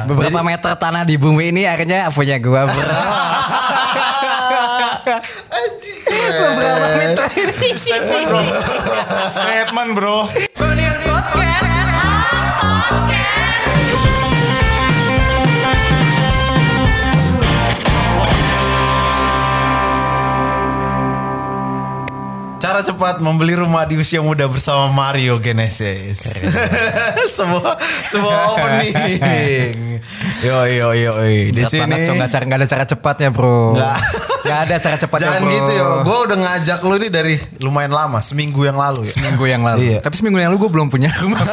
Beberapa meter tanah di bumi ini akhirnya punya gua bro. Anjing. Beberapa meter ini. Statement bro. Statement bro. Cara cepat membeli rumah di usia muda bersama Mario Genesis. semua semua opening. Yo yo yo. yo. Berat Di banget, sini. Cok. Nggak cara nggak ada cara cepatnya bro. Nggak. Nggak ada cara cepatnya Jangan ya, bro. gitu yo. Gue udah ngajak lu ini dari lumayan lama, seminggu yang lalu ya. Seminggu yang lalu. Iya. Tapi seminggu yang lalu gue belum punya rumah.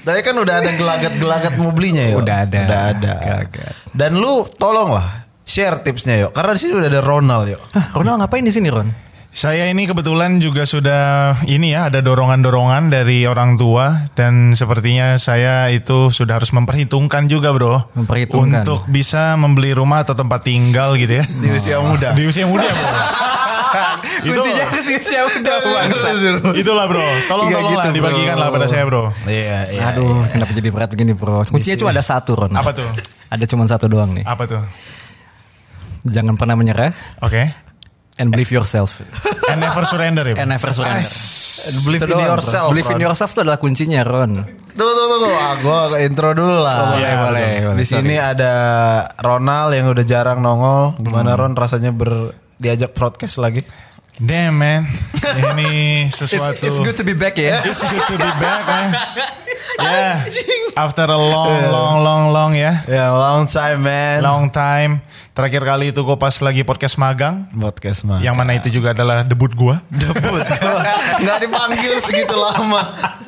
Tapi kan udah ada gelagat-gelagat mau belinya ya. Udah ada. Udah ada. Gelagat. Dan lu tolonglah share tipsnya yuk. Karena di sini udah ada Ronald yuk. Hah, Ronald ngapain di sini Ron? Saya ini kebetulan juga sudah ini ya ada dorongan-dorongan dari orang tua dan sepertinya saya itu sudah harus memperhitungkan juga bro. Memperhitungkan. Untuk bisa membeli rumah atau tempat tinggal gitu ya. Di usia muda. Di usia muda bro. Itu- Kuncinya harus di usia muda bangsa. Itulah bro. Tolong Iya tolong gitu, lah bro. dibagikan lah pada saya Iya, bro. Iya, iya. Aduh, kenapa jadi berat gini bro? Kuncinya cuma ada satu Ron. Apa tuh? Ada cuma satu doang nih. Apa tuh? Jangan pernah menyerah Oke. and believe yourself. And never surrender ya. bro. And never surrender. Believe Itu in doang, bro. yourself. Believe in Ron. yourself itu adalah kuncinya Ron. Tunggu, tunggu, tunggu. Ah, gua intro dulu lah. Oh, Iya, boleh, boleh, boleh. Di sini ada Ronald yang udah jarang Hmm. nongol. Gimana Ron rasanya ber diajak podcast lagi? Damn man, ini sesuatu. to be back ya. It's good to be back. Eh. Yeah, after a long, long, long, long Eh? ya, Ya, long time man. long time. Terakhir kali itu gue pas lagi podcast magang, podcast Ya. mah. yang mana itu juga adalah debut gue. debut. Enggak dipanggil segitu lama.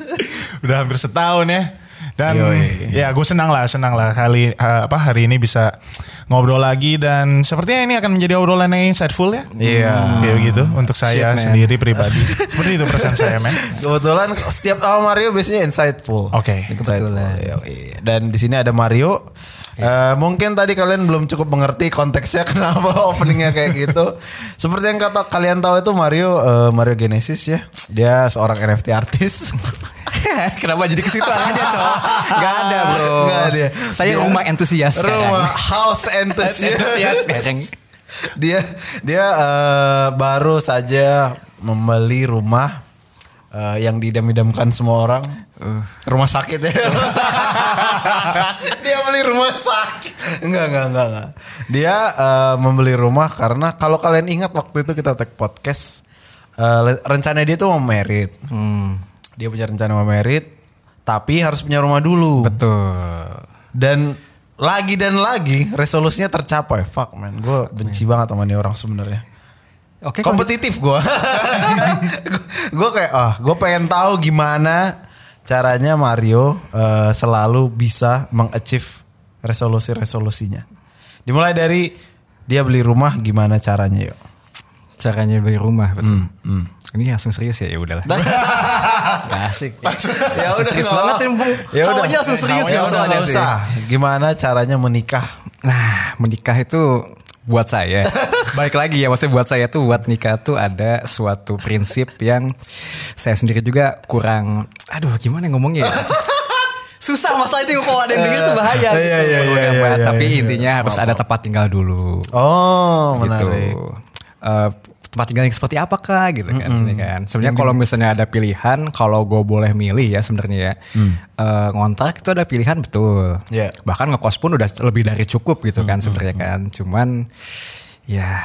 Udah hampir setahun ya. Dan Yoi. ya gue senang lah, senang lah kali ha- apa hari ini bisa ngobrol lagi dan sepertinya ini akan menjadi obrolan yang insightful ya. Iya. Kayak gitu untuk Shit, saya man. sendiri pribadi. Seperti itu perasaan saya, men. Kebetulan setiap sama Mario biasanya insightful. Oke. Insightful, Kebetulan. Iya. yoi. Dan di sini ada Mario. Eh, mungkin tadi kalian belum cukup mengerti konteksnya kenapa openingnya kayak gitu. Seperti yang kata kalian tahu itu Mario eh, Mario Genesis ya. Dia seorang NFT artis. Kenapa jadi ke situ aja, Cok? Gak ada, Bro. Nggak ada. Saya Dia- rumah entusias sekarang. Rumah house Entusias enthusiast. sekarang. dia dia eh, baru saja membeli rumah eh, yang didam-idamkan semua orang. Rumah sakit ya. dia beli rumah sakit. Enggak, enggak, enggak, enggak. Dia eh, membeli rumah karena kalau kalian ingat waktu itu kita tag podcast eh, le- rencana dia tuh mau merit. Hmm. Dia punya rencana mau merit tapi harus punya rumah dulu. Betul. Dan lagi dan lagi resolusinya tercapai. Fuck man, gue benci banget sama nih orang sebenarnya. Oke, kalau gitu. Kompetitif gue. gue kayak, ah, gue pengen tahu gimana caranya Mario eh, selalu bisa mengachieve resolusi-resolusinya. Dimulai dari dia beli rumah gimana caranya yuk. caranya beli rumah, betul. Ini langsung serius ya, ya udahlah. Gak asik. ya Langsung udah serius nggak banget apa-apa. ini, Bung. Ya udah. Hawanya langsung serius ya ya, udah soalnya nggak sih. usah. Gimana caranya menikah? Nah, menikah itu buat saya. Balik lagi ya, maksudnya buat saya tuh buat nikah tuh ada suatu prinsip yang saya sendiri juga kurang aduh gimana ngomongnya ya? Susah masalah itu kalau ada yang denger tuh bahaya Eh, gitu. iya, iya, iya, iya, iya, Tapi iya. intinya harus ada tempat tinggal dulu. Oh, gitu. menarik. Eh, tempat tinggal yang seperti apakah gitu kan sini kan. Sebenarnya kalau misalnya ada pilihan, kalau gue boleh milih ya sebenarnya ya. Hmm. Eh, ngontrak itu ada pilihan betul. Iya. Bahkan ngekos pun udah lebih dari cukup gitu Hmm, kan sebenarnya kan. Cuman ya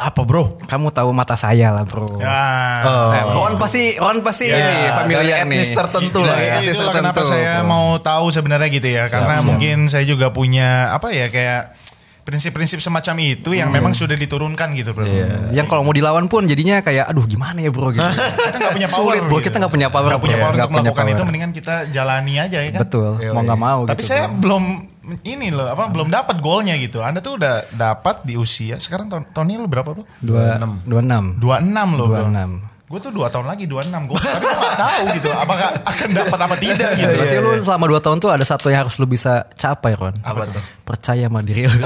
Apa bro? kamu tahu mata saya lah bro. Ya. Oh, Nah, Ron pasti Ron pasti ini familiar Ya. dari etnis nih. tertentu lah Dari ya. etnis Itulah kenapa tertentu. saya mau tahu sebenarnya gitu ya, karena mungkin saya juga punya apa ya kayak prinsip-prinsip semacam itu yang Hmm. memang sudah diturunkan gitu bro. Iya. yang kalau mau dilawan pun jadinya kayak aduh gimana ya bro gitu. Kita nggak punya power. gitu. Sulit, bro. Kita nggak punya power, Nggak punya bro. power Nggak untuk punya melakukan itu. power. Mendingan kita jalani aja ya kan. Betul, mau nggak mau Tapi gitu, saya bro. belum ini loh apa belum dapat golnya gitu. Anda tuh udah dapat di usia sekarang tahun tahunnya lu berapa bro? dua dua enam 26 loh bro. 26. Gue tuh 2 tahun lagi 26 gue tapi gue gak tahu gitu apakah akan dapat apa tidak gitu. Berarti lu selama 2 tahun tuh ada satu yang harus lu bisa capai Ron. Apa tuh? Percaya sama diri lu.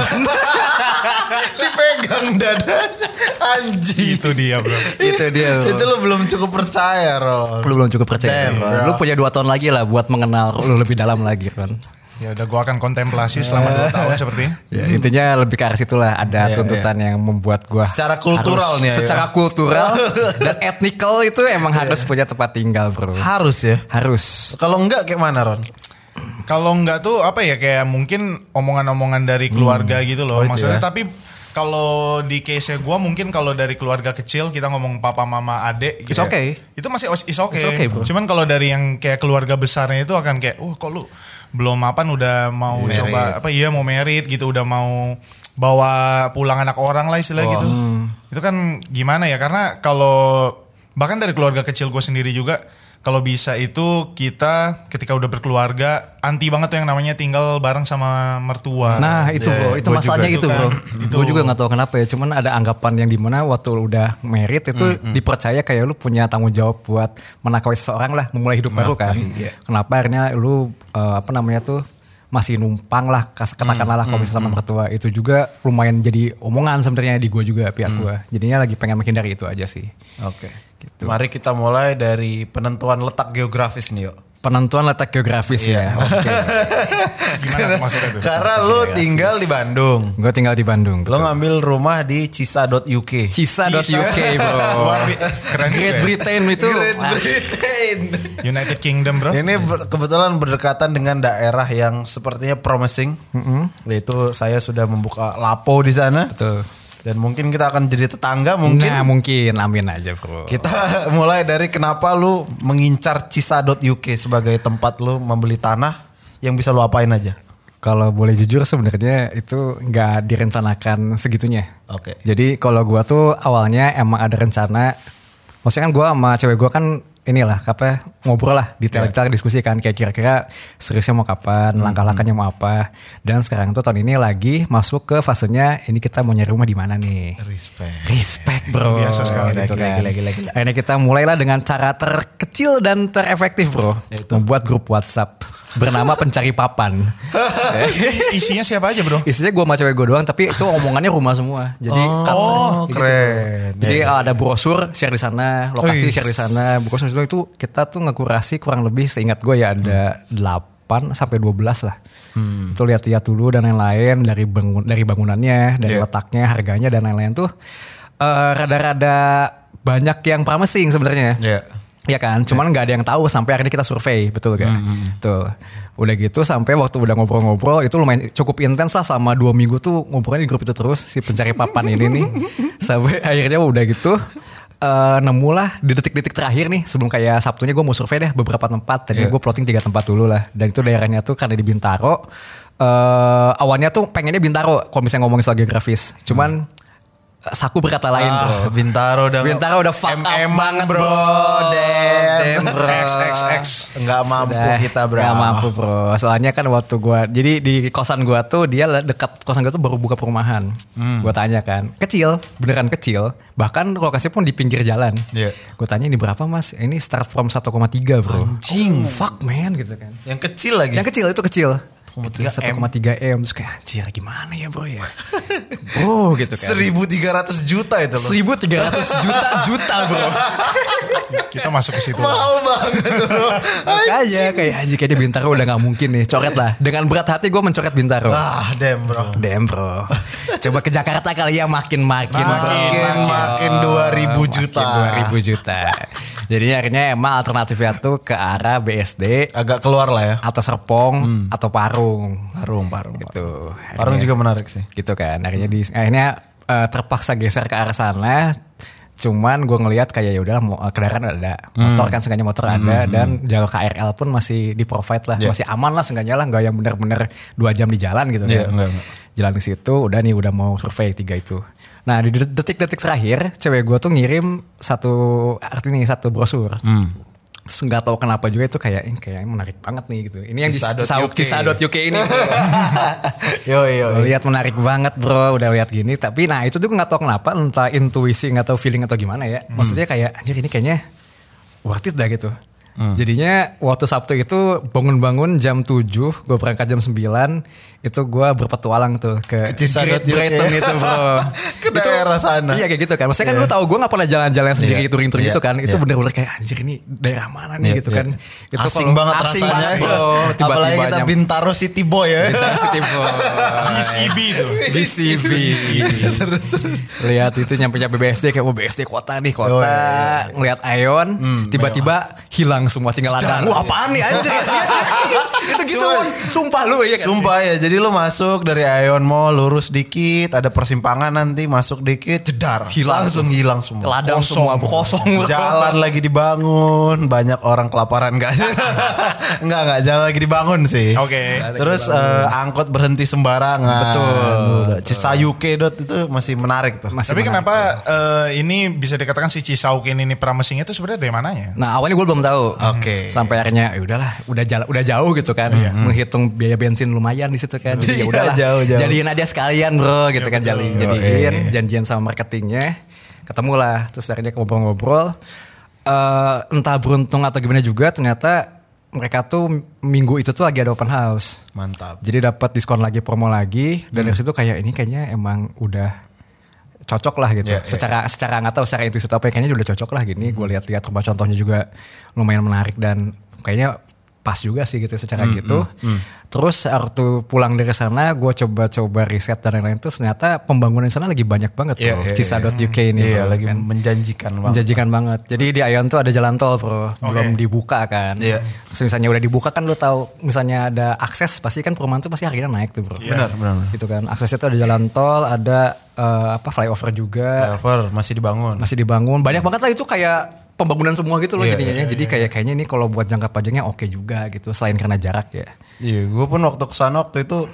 dipegang dadanya anjing Itu dia bro. Itu dia, Ron. itu lu belum cukup percaya Ron Lu belum cukup percaya. Damn, Ron. bro. Lu punya dua tahun lagi lah buat mengenal lu lebih dalam lagi Ron. Ya udah gua akan kontemplasi Iya. selama 2 tahun sepertinya. Ya, intinya lebih ke arah situlah ada Iya, tuntutan yang membuat gua Secara kultural harus- nih, ayo. Secara kultural dan etnikal itu emang Iya. harus punya tempat tinggal, Bro. harus ya Harus. kalau enggak kayak mana Ron Kalau nggak tuh apa ya kayak mungkin omongan-omongan dari Hmm. keluarga gitu loh. Oh, itu Maksudnya ya. tapi kalau di case gua mungkin kalau dari keluarga kecil kita ngomong papa mama adik It's okay. Itu masih os- it's okay. It's okay, bro. Cuman kalau dari yang kayak keluarga besarnya itu akan kayak wah kok lu belum mapan udah mau Merit. coba apa iya mau merit gitu udah mau bawa pulang anak orang lah istilah gitu. Itu kan gimana ya karena kalau bahkan dari keluarga kecil gue sendiri juga kalau bisa itu kita ketika udah berkeluarga anti banget tuh yang namanya tinggal bareng sama mertua. Nah, itu Ya, Bro, itu gua masalahnya Ah, iya, juga. itu, Itu Bro. kan, Gue itu. juga nggak tahu kenapa ya, cuman ada anggapan yang dimana waktu lu udah merit itu Mm, dipercaya kayak lu punya tanggung jawab buat menakawi seseorang lah, memulai hidup baru kan. iya. Kenapa akhirnya lu eh, apa namanya tuh masih numpang lah kas- katakanlah Mm, lah kalau misalnya sama mertua itu juga lumayan jadi omongan sebenarnya di gue juga Mm. pihak gue jadinya lagi pengen menghindari itu aja sih oke gitu. mari kita mulai dari penentuan letak geografis nih yuk penentuan letak geografis ya Iya. oke Gimana tuh maksudnya tuh? karena lu ya. tinggal di Bandung gue tinggal di Bandung lo ngambil rumah di cisa.uk Cisa.uk bro Luar bi- Keren juga Great ya. Britain itu Great wah, Britain United Kingdom bro. Ini ber- kebetulan berdekatan dengan daerah yang sepertinya promising. Yaitu saya sudah membuka lapo di sana. Betul. Dan mungkin kita akan jadi tetangga mungkin. Nah mungkin amin aja bro. Kita mulai dari kenapa lu mengincar cisa.uk sebagai tempat lu membeli tanah yang bisa lu apain aja. Kalau boleh jujur sebenarnya itu nggak direncanakan segitunya. Oke. Jadi kalau gua tuh awalnya emang ada rencana. Maksudnya kan gua sama cewek gua kan inilah apa ngobrol lah detail detail diskusi kan kayak kira-kira seriusnya mau kapan, langkah-langkahnya mau apa. Dan sekarang tuh tahun ini lagi masuk ke fasenya ini kita mau nyari rumah di mana nih. Respect. Respect bro. Biasa sekali. Gitu Gila, kan. gila, gila, gila. Akhirnya kita mulailah dengan cara terkecil dan terefektif bro. Membuat grup WhatsApp bernama pencari papan. Isinya siapa aja bro? Isinya gue sama cewek gue doang tapi itu omongannya rumah semua. Jadi gitu. gitu. Oh, keren. jadi eh, ada brosur share di sana, lokasi share di sana. Brosur itu, itu kita tuh ngekurasi kurang lebih seingat gue ya ada 8 sampai 12 lah. Hmm. Itu lihat-lihat dulu dan lain-lain dari bangun dari bangunannya, dari Iya. letaknya, harganya dan lain-lain tuh eh, rada-rada banyak yang promising sebenarnya. Iya. Ya kan, cuman nggak ada yang tahu sampai akhirnya kita survei, betul gak? Tuh, udah gitu sampai waktu udah ngobrol-ngobrol itu lumayan cukup intens lah sama dua minggu tuh ngobrolnya di grup itu terus si pencari papan ini nih sampai akhirnya udah gitu eh nemulah di detik-detik terakhir nih sebelum kayak Sabtunya gue mau survei deh beberapa tempat tadi gue plotting tiga tempat dulu lah dan itu daerahnya tuh karena di Bintaro eh awalnya tuh pengennya Bintaro kalau misalnya ngomongin soal geografis cuman eh, saku berkata lain bro Ah, Bintaro udah Bintaro udah fucked up MM-an, banget, bro. Damn. Damn, bro. X X X. Nggak mampu Sudah. kita, Bro. Nggak mampu bro. Soalnya kan waktu gua jadi di kosan gua tuh dia le- dekat kosan gua tuh baru buka perumahan. Hmm. Gua tanya kan, kecil, beneran kecil. Bahkan lokasinya pun di pinggir jalan. Iya. Gua tanya ini berapa mas? Ini start from 1,3 bro. Anjing, fuck man gitu kan. Yang kecil lagi. Yang kecil itu kecil. 1,3 Gitu, 1,3 M. Terus kayak anjir gimana ya bro ya. bro gitu kan. 1300 juta itu loh. 1300 juta juta bro. Kita masuk ke situ. Mahal banget bro. Makanya kayak Haji kayaknya Bintaro udah gak mungkin nih. Coret lah. Dengan berat hati gue mencoret Bintaro. Ah, damn bro. Damn bro. Coba ke Jakarta kali ya makin-makin Makin makin 2000 juta. 2000 juta. Jadinya akhirnya emang alternatifnya tuh ke arah BSD Agak keluar lah ya. atau Serpong atau Parung. Parung, parung. Parung, Gitu. Parung juga menarik sih. gitu kan akhirnya di akhirnya eh, terpaksa geser ke arah sana cuman gue ngelihat kayak ya udahlah mau eh, kendaraan ada motor kan seenggaknya motor ada dan jalur KRL pun masih di provide lah masih aman lah seenggaknya lah nggak yang benar-benar dua jam di jalan gitu Iya, kan. enggak, enggak. jalan ke situ udah nih udah mau survei tiga itu nah di det- detik-detik terakhir cewek gue tuh ngirim satu artinya satu brosur Terus nggak tahu kenapa juga itu kayak "Ini kayaknya menarik banget nih gitu. Ini yang di Kisah.uk. kisah- kisah.uk ini. gitu. yo yo. Tuh, Eh, lihat menarik banget bro udah lihat gini tapi nah itu tuh nggak tahu kenapa Hmm. entah intuisi nggak tahu feeling atau gimana ya maksudnya kayak anjir ini kayaknya worth it dah gitu Hmm. Jadinya waktu Sabtu itu bangun-bangun jam 7, gue berangkat jam 9, itu gue berpetualang tuh ke, Ke Cisadot Great juga Britain ya. itu bro. Ke daerah sana. Iya kayak gitu kan. Maksudnya kan lu tahu gue gak pernah jalan-jalan sendiri Iya, touring-touring iya, itu kan. Itu iya. bener-bener kayak anjir ini daerah mana nih Iya, gitu iya. kan. Itu asing kalau- banget asing rasanya. banget, bro. Tiba-tiba Apalagi kita nyam- Bintaro City Boy ya. Bintang City, bro. ECB tuh. BCB. Lihat itu nyampe-nyampe BSD kayak oh BSD kota nih kota. Oh, iya, Hmm, Ngelihat Aeon tiba-tiba hilang semua tinggal ladang. Wah, apaan nih anjir? Iya, itu gitu. Mon. Sumpah lu ya kan. Sumpah ya, jadi lu masuk dari Ion Mall lurus dikit, ada persimpangan nanti masuk dikit, jedar, Hilang. langsung hilang semua. Ladang semua bro. kosong. bro. Jalan lagi dibangun, banyak orang kelaparan gak? Enggak enggak, jalan lagi dibangun sih. Oke. Terus eh, angkot berhenti sembarangan. Betul. Udah. Cisayuke dot itu masih menarik tuh. Masih Tapi menarik. ya. kenapa eh, ini bisa dikatakan si Cisaukin ini pramesingnya itu sebenarnya dari ya? mananya? Nah awalnya gue belum tahu. Oke. Mm-hmm. Sampai akhirnya ya udahlah, udah jala- udah jauh gitu kan. Menghitung biaya bensin lumayan di situ kan. Jadi Iya, ya udahlah. jauh, jauh. Iya, Jadiin aja sekalian bro gitu kan. Jali, jadiin Yoi. janjian sama marketingnya. Ketemulah terus akhirnya ngobrol-ngobrol. Eh, entah beruntung atau gimana juga ternyata mereka tuh minggu itu tuh lagi ada open house. Mantap. Jadi dapat diskon lagi, promo lagi, dan Hmm. dari situ kayak ini kayaknya emang udah cocok lah gitu. Iya, iya, Hmm. secara secara nggak tahu secara intuisi atau apa kayaknya udah cocok lah gini. Gue lihat-lihat rumah contohnya juga lumayan menarik dan kayaknya pas juga sih gitu secara Hmm, gitu. Terus waktu pulang dari sana gue coba-coba riset dan lain-lain terus ternyata pembangunan di sana lagi banyak banget Iya, bro. iya, iya. Cisa.uk ini. Iya, bro, lagi kan. menjanjikan banget. Menjanjikan banget. Jadi di Ayon tuh ada jalan tol, Bro. Belum dibuka kan. Iya. Terus misalnya udah dibuka kan lu tahu misalnya ada akses pasti kan perumahan tuh pasti harganya naik tuh, Bro. Iya. Benar, benar. Gitu kan. Aksesnya tuh ada jalan tol, ada eh, apa flyover juga Driver masih dibangun. masih dibangun. Banyak banget lah itu kayak pembangunan semua gitu loh Iya, jadinya. Jadi kayak kayaknya ini kalau buat jangka panjangnya oke juga gitu selain karena jarak ya. Iya, gue pun waktu kesana waktu itu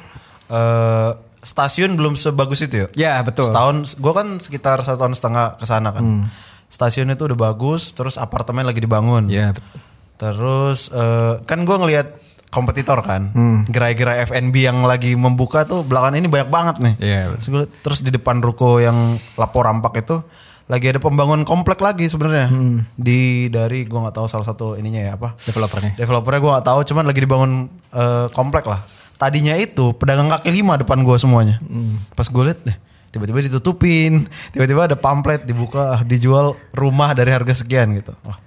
eh, stasiun belum sebagus itu ya. Ya, betul. Hmm. Setahun, gue kan sekitar satu tahun setengah kesana kan. Stasiun itu udah bagus, terus apartemen lagi dibangun. Iya, bet- Terus eh, kan gue ngelihat kompetitor kan, Hmm. gerai-gerai FNB yang lagi membuka tuh belakangan ini banyak banget nih. Iya, betul. Terus gua liat- Terus di depan ruko yang lapor rampak itu lagi ada pembangunan komplek lagi sebenarnya Hmm. di dari gue nggak tahu salah satu ininya ya apa developernya. Developernya gue gak tahu, cuman lagi dibangun eh, komplek lah. Tadinya itu pedagang kaki lima depan gue semuanya. Hmm. Pas gue liat, eh, tiba-tiba ditutupin, tiba-tiba ada pamflet dibuka, ah, dijual rumah dari harga sekian gitu. Wah,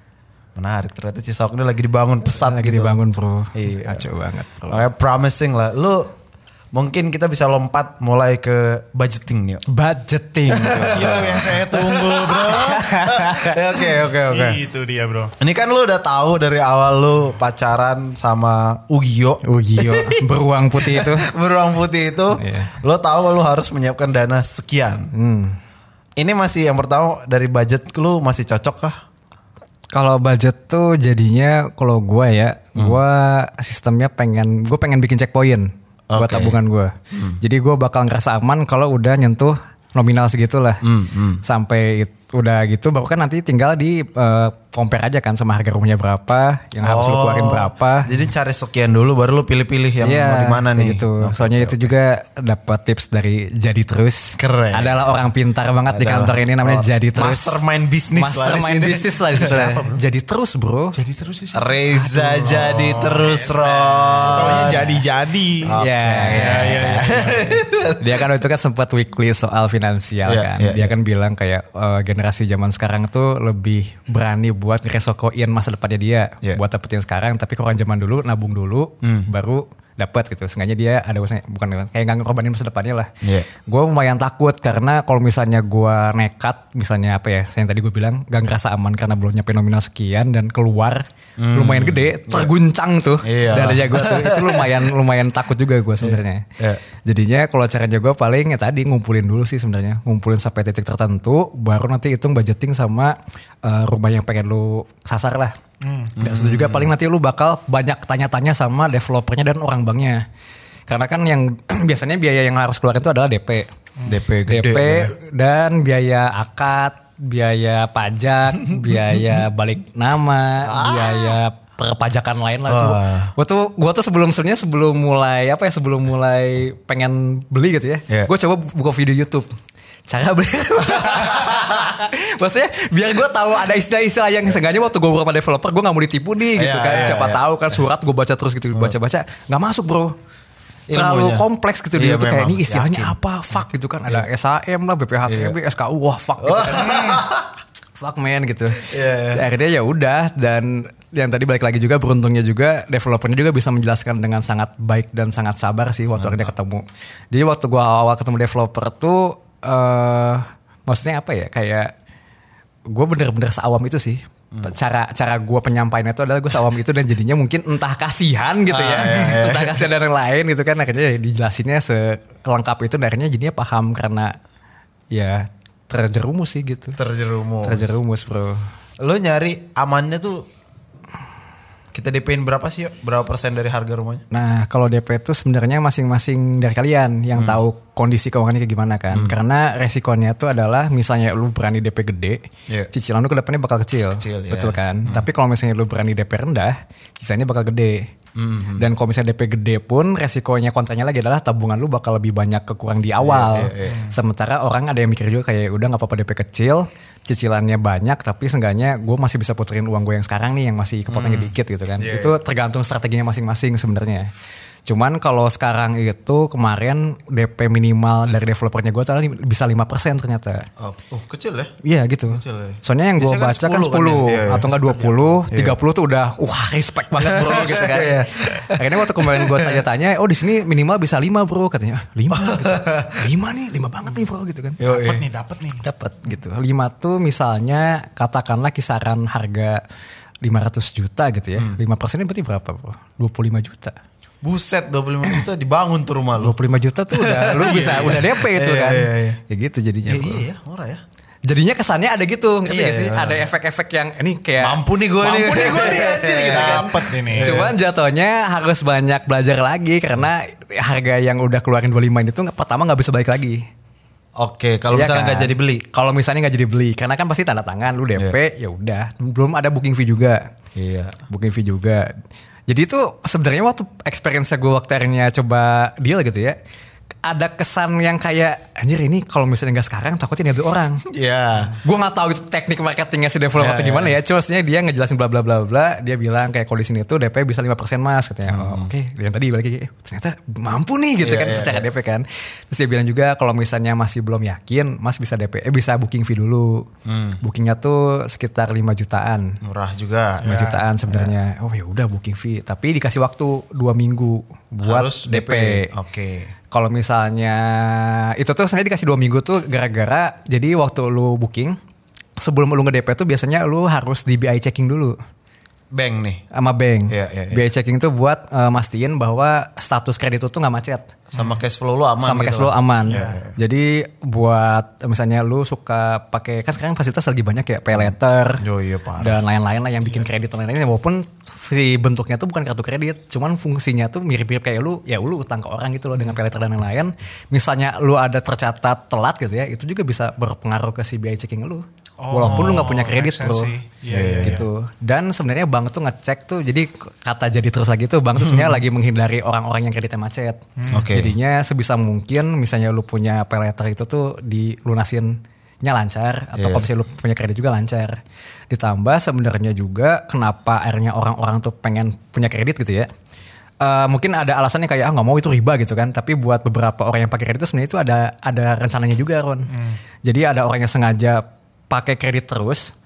menarik. Ternyata Cisauk ini lagi dibangun pesat Lagi gitu. dibangun, Bro. Iya. Kacau banget, Bro. Makanya promising lah. Lu mungkin kita bisa lompat mulai ke budgeting nih. yuk. Budgeting. bro. Itu Iya, yang saya tunggu bro. Ya, Oke, oke, oke. Itu dia bro. Ini kan lu udah tahu dari awal lu pacaran sama Ugio. Ugio Oh, beruang putih itu. beruang putih itu Iya. Hmm. lo tahu lo harus menyiapkan dana sekian. Ini masih yang pertama dari budget lo masih cocok kah? Kalau budget tuh jadinya kalau gue ya, Hmm. gue sistemnya pengen gue pengen bikin checkpoint buat Oke. Hmm. tabungan gue. Jadi gue bakal ngerasa aman kalau udah nyentuh nominal segitulah. Hmm, Sampai it- udah gitu baru kan nanti tinggal di eh, compare aja kan sama harga rumahnya berapa, yang harus lu keluarin berapa. Oh. Jadi cari sekian dulu baru lo pilih-pilih yang mau Iya, di mana kayak nih. Oh. Gitu. Oke, Soalnya oke, itu oke. juga dapat tips dari Jadi Terus. Keren. Adalah orang pintar banget di Adalah kantor ini namanya orang Jadi Terus. oh, mastermind bisnis lah di Mastermind sini. bisnis lah di sini. Jadi Terus, Bro. Jadi terus sih. Reza jadi terus Ron. jadi-jadi. Iya, iya, Iya, iya. Dia kan itu kan sempat weekly soal finansial Iya, kan. iya, Dia kan bilang kayak eh, generasi zaman sekarang tuh lebih berani buat ngeresokoin masa depannya dia, Iya. buat dapetin sekarang. Tapi kalau orang zaman dulu nabung dulu, baru dapat gitu. Sengaja dia ada usahanya, bukan kayak nggak ngorbanin masa depannya lah. Iya. Gue lumayan takut karena kalau misalnya gue nekat, misalnya apa ya, saya yang tadi gue bilang gak ngerasa aman karena belum nyampe nominal sekian dan keluar lumayan gede, terguncang tuh Iya. dari gue tuh itu lumayan lumayan takut juga gue sebenarnya. Iya. Jadinya kalau caranya gue paling ya tadi ngumpulin dulu sih sebenarnya, ngumpulin sampai titik tertentu, baru nanti hitung budgeting sama eh, rumah yang pengen lu sasar lah. Dan itu juga paling nanti lu bakal banyak tanya-tanya sama developernya dan orang banknya. Karena kan yang biasanya biaya yang harus keluar itu adalah DP. DP gede. DP dan biaya akad, biaya pajak, biaya balik nama, Ah. biaya perpajakan lain lah tuh. Wah. Gue tuh gue tuh sebelum sebenarnya sebelum mulai apa ya sebelum mulai pengen beli gitu ya, Iya. gue coba buka video YouTube cara beli Maksudnya biar gue tahu ada istilah-istilah yang sengaja waktu gue beberapa developer gue nggak mau ditipu nih gitu Iya, kan. iya, Siapa iya. Hmm. tahu kan surat gue baca terus gitu baca-baca nggak masuk bro. Terlalu Ilmunya. kompleks gitu dia Iya, tuh kayak memang. ini istilahnya Yakin. Iya. apa fuck gitu kan ada SAM lah BPHTB SKU wah fuck gitu kan. fuck man gitu. Oh. Iya, Akhirnya ya udah dan yang tadi balik lagi juga beruntungnya juga developernya juga bisa menjelaskan dengan sangat baik dan sangat sabar sih waktu akhirnya ketemu. Jadi waktu gua awal-awal ketemu developer tuh eh maksudnya apa ya kayak gue bener-bener seawam itu sih. Cara cara gue penyampaiannya itu adalah gue seawam itu dan jadinya mungkin entah kasihan gitu ya. Entah kasihan dan yang lain gitu kan. Akhirnya ya dijelasinnya selengkap itu dan akhirnya jadinya paham karena ya terjerumus sih gitu. Terjerumus. Terjerumus bro. Lo nyari amannya tuh kita DP-in berapa sih yuk? Berapa persen dari harga rumahnya? Nah, kalau DP itu sebenarnya masing-masing dari kalian yang tahu kondisi keuangannya kayak gimana kan. Karena resikonya itu adalah misalnya lu berani DP gede, Iya. cicilan lu ke depannya bakal kecil. Kecil, betul kan? Tapi kalau misalnya lu berani DP rendah, cicilannya bakal gede. Dan kalau misalnya DP gede pun resikonya kontranya lagi adalah tabungan lu bakal lebih banyak kekurang di awal. Sementara orang ada yang mikir juga kayak udah nggak apa-apa DP kecil, cicilannya banyak tapi seenggaknya gue masih bisa puterin uang gue yang sekarang nih yang masih kepotongnya dikit gitu kan. itu tergantung strateginya masing-masing sebenarnya. Cuman kalau sekarang itu kemarin DP minimal dari developernya gue tadi bisa 5% ternyata. Oh, oh, kecil ya? Iya gitu. Kecil ya. Soalnya yang gue baca Biasanya kan kan 10, 10 kan ya? Iya, iya. atau enggak 20, 30 tuh udah wah respect banget bro gitu kan. Iya. Akhirnya waktu kemarin gue tanya-tanya, oh di sini minimal bisa 5 bro katanya. Ah, 5 gitu. 5 nih, 5 banget nih bro gitu kan. Yo, Dapat nih, dapat nih. Dapat gitu. 5 tuh misalnya katakanlah kisaran harga 500 juta gitu ya. Hmm. 5 persennya berarti berapa bro? 25 juta. Buset 25 juta dibangun tuh rumah lu. 25 juta tuh udah lu bisa udah DP itu Iya, kan. iya, iya. Ya gitu jadinya. Ya, bro. iya ya, murah ya. Jadinya kesannya ada gitu, ngerti Iya, gak sih? iya. Ada efek-efek yang ini kayak Mampu nih gue nih. Iya. Mampu nih gue nih anjir gitu kan. Dapat ini. Cuman jatuhnya harus banyak belajar lagi karena harga yang udah keluarin 25 itu nggak- pertama nggak bisa balik lagi. Oke, kalau Iya misalnya kan? nggak jadi beli. Kalau misalnya nggak jadi beli, karena kan pasti tanda tangan lu DP, ya udah. Belum ada booking fee juga. Iya. Booking fee juga. Jadi itu sebenarnya waktu experience gue waktu akhirnya coba deal gitu ya. Ada kesan yang kayak anjir ini kalau misalnya nggak sekarang takutnya diambil orang Iya. gue nggak tahu itu teknik marketingnya si developer atau gimana ya. Cuma sebenarnya dia ngejelasin bla bla bla bla. Dia bilang kayak kalau di sini tuh DP bisa 5% mas katanya. Oh, Oke, yang tadi balik lagi. eh, ternyata mampu nih gitu kan secara DP kan. Terus dia bilang juga kalau misalnya masih belum yakin, mas bisa DP, eh, bisa booking fee dulu. Bookingnya tuh sekitar 5 jutaan. Murah juga. 5 Ya. jutaan sebenarnya. Oh ya udah booking fee, tapi dikasih waktu dua minggu buat Harus DP. Oke. Kalau misalnya itu tuh sebenarnya dikasih dua minggu tuh gara-gara jadi waktu lu booking sebelum lu nge-DP tuh biasanya lu harus di BI checking dulu Bank nih sama bank. Iya, iya, iya. BI checking tuh buat eh, mastiin bahwa status kredit lu tuh nggak macet sama cash flow lu aman sama gitu cash flow lah. aman. Iya, Jadi buat eh, misalnya lu suka pakai kan sekarang fasilitas lagi banyak ya pay letter Hmm. Yo, iya, parah. dan lain-lain lah yang bikin Iya. kredit dan lain-lain walaupun si bentuknya tuh bukan kartu kredit, cuman fungsinya tuh mirip-mirip kayak lu ya lu utang ke orang gitu loh dengan Hmm. pay letter dan lain-lain. Misalnya lu ada tercatat telat gitu ya, itu juga bisa berpengaruh ke si biaya checking lu. walaupun lu nggak punya kredit Oh, makes sense bro sih. Iya, iya, iya. gitu. Dan sebenarnya bank tuh ngecek tuh, jadi kata jadi terus lagi tuh bank tuh sebenarnya Hmm. lagi menghindari orang-orang yang kreditnya macet. Oke. Jadinya sebisa mungkin, misalnya lu punya pay letter itu tuh dilunasinnya lancar, atau Iya. kalau misalnya lu punya kredit juga lancar. Ditambah sebenarnya juga kenapa akhirnya orang-orang tuh pengen punya kredit gitu ya. Eh, mungkin ada alasannya kayak ah nggak mau itu riba gitu kan tapi buat beberapa orang yang pakai kredit itu sebenarnya itu ada ada rencananya juga Ron Hmm. jadi ada orang yang sengaja pakai kredit terus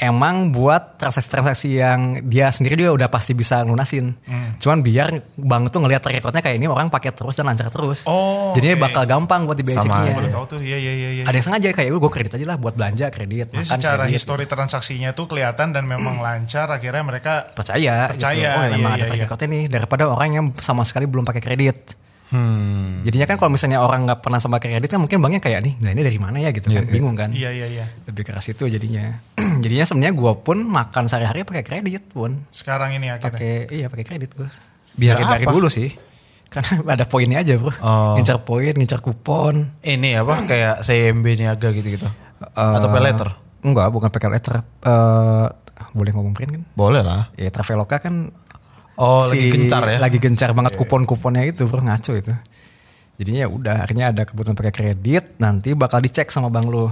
emang buat transaksi-transaksi yang dia sendiri dia udah pasti bisa lunasin. Hmm. Cuman biar bank tuh ngelihat track recordnya kayak ini orang pakai terus dan lancar terus. Oh, Jadinya oke. bakal gampang buat dibiayai Sama checkingnya. aja. Baru tahu tuh, iya iya iya. iya. Ada yang sengaja kayak gue kredit aja lah buat belanja kredit. makan Jadi Iya, gitu. secara kredit." histori transaksinya tuh kelihatan dan memang lancar akhirnya mereka percaya. Percaya, Gitu. Oh iya, memang ada iya, track iya. recordnya nih daripada orang yang sama sekali belum pakai kredit. Hmm. Jadinya kan kalau misalnya orang nggak pernah sama pakai kredit kan mungkin banknya kayak nih, nah ini dari mana ya gitu kan bingung kan. iya iya iya. Lebih keras itu jadinya. jadinya sebenarnya gue pun makan sehari-hari pakai kredit pun. Sekarang ini akhirnya. pakai iya pakai kredit gue Biar dari apa? dulu sih karena ada poinnya aja bro Oh. ngincar poin ngincar kupon Ini apa kayak CMB niaga gitu-gitu. Atau pay letter. enggak bukan pakai letter Eh, boleh ngomong print kan Boleh lah. ya traveloka kan Oh, si- lagi gencar ya. lagi gencar banget kupon-kuponnya itu bro ngaco itu jadinya ya udah akhirnya ada kebutuhan pakai kredit nanti bakal dicek sama bank lu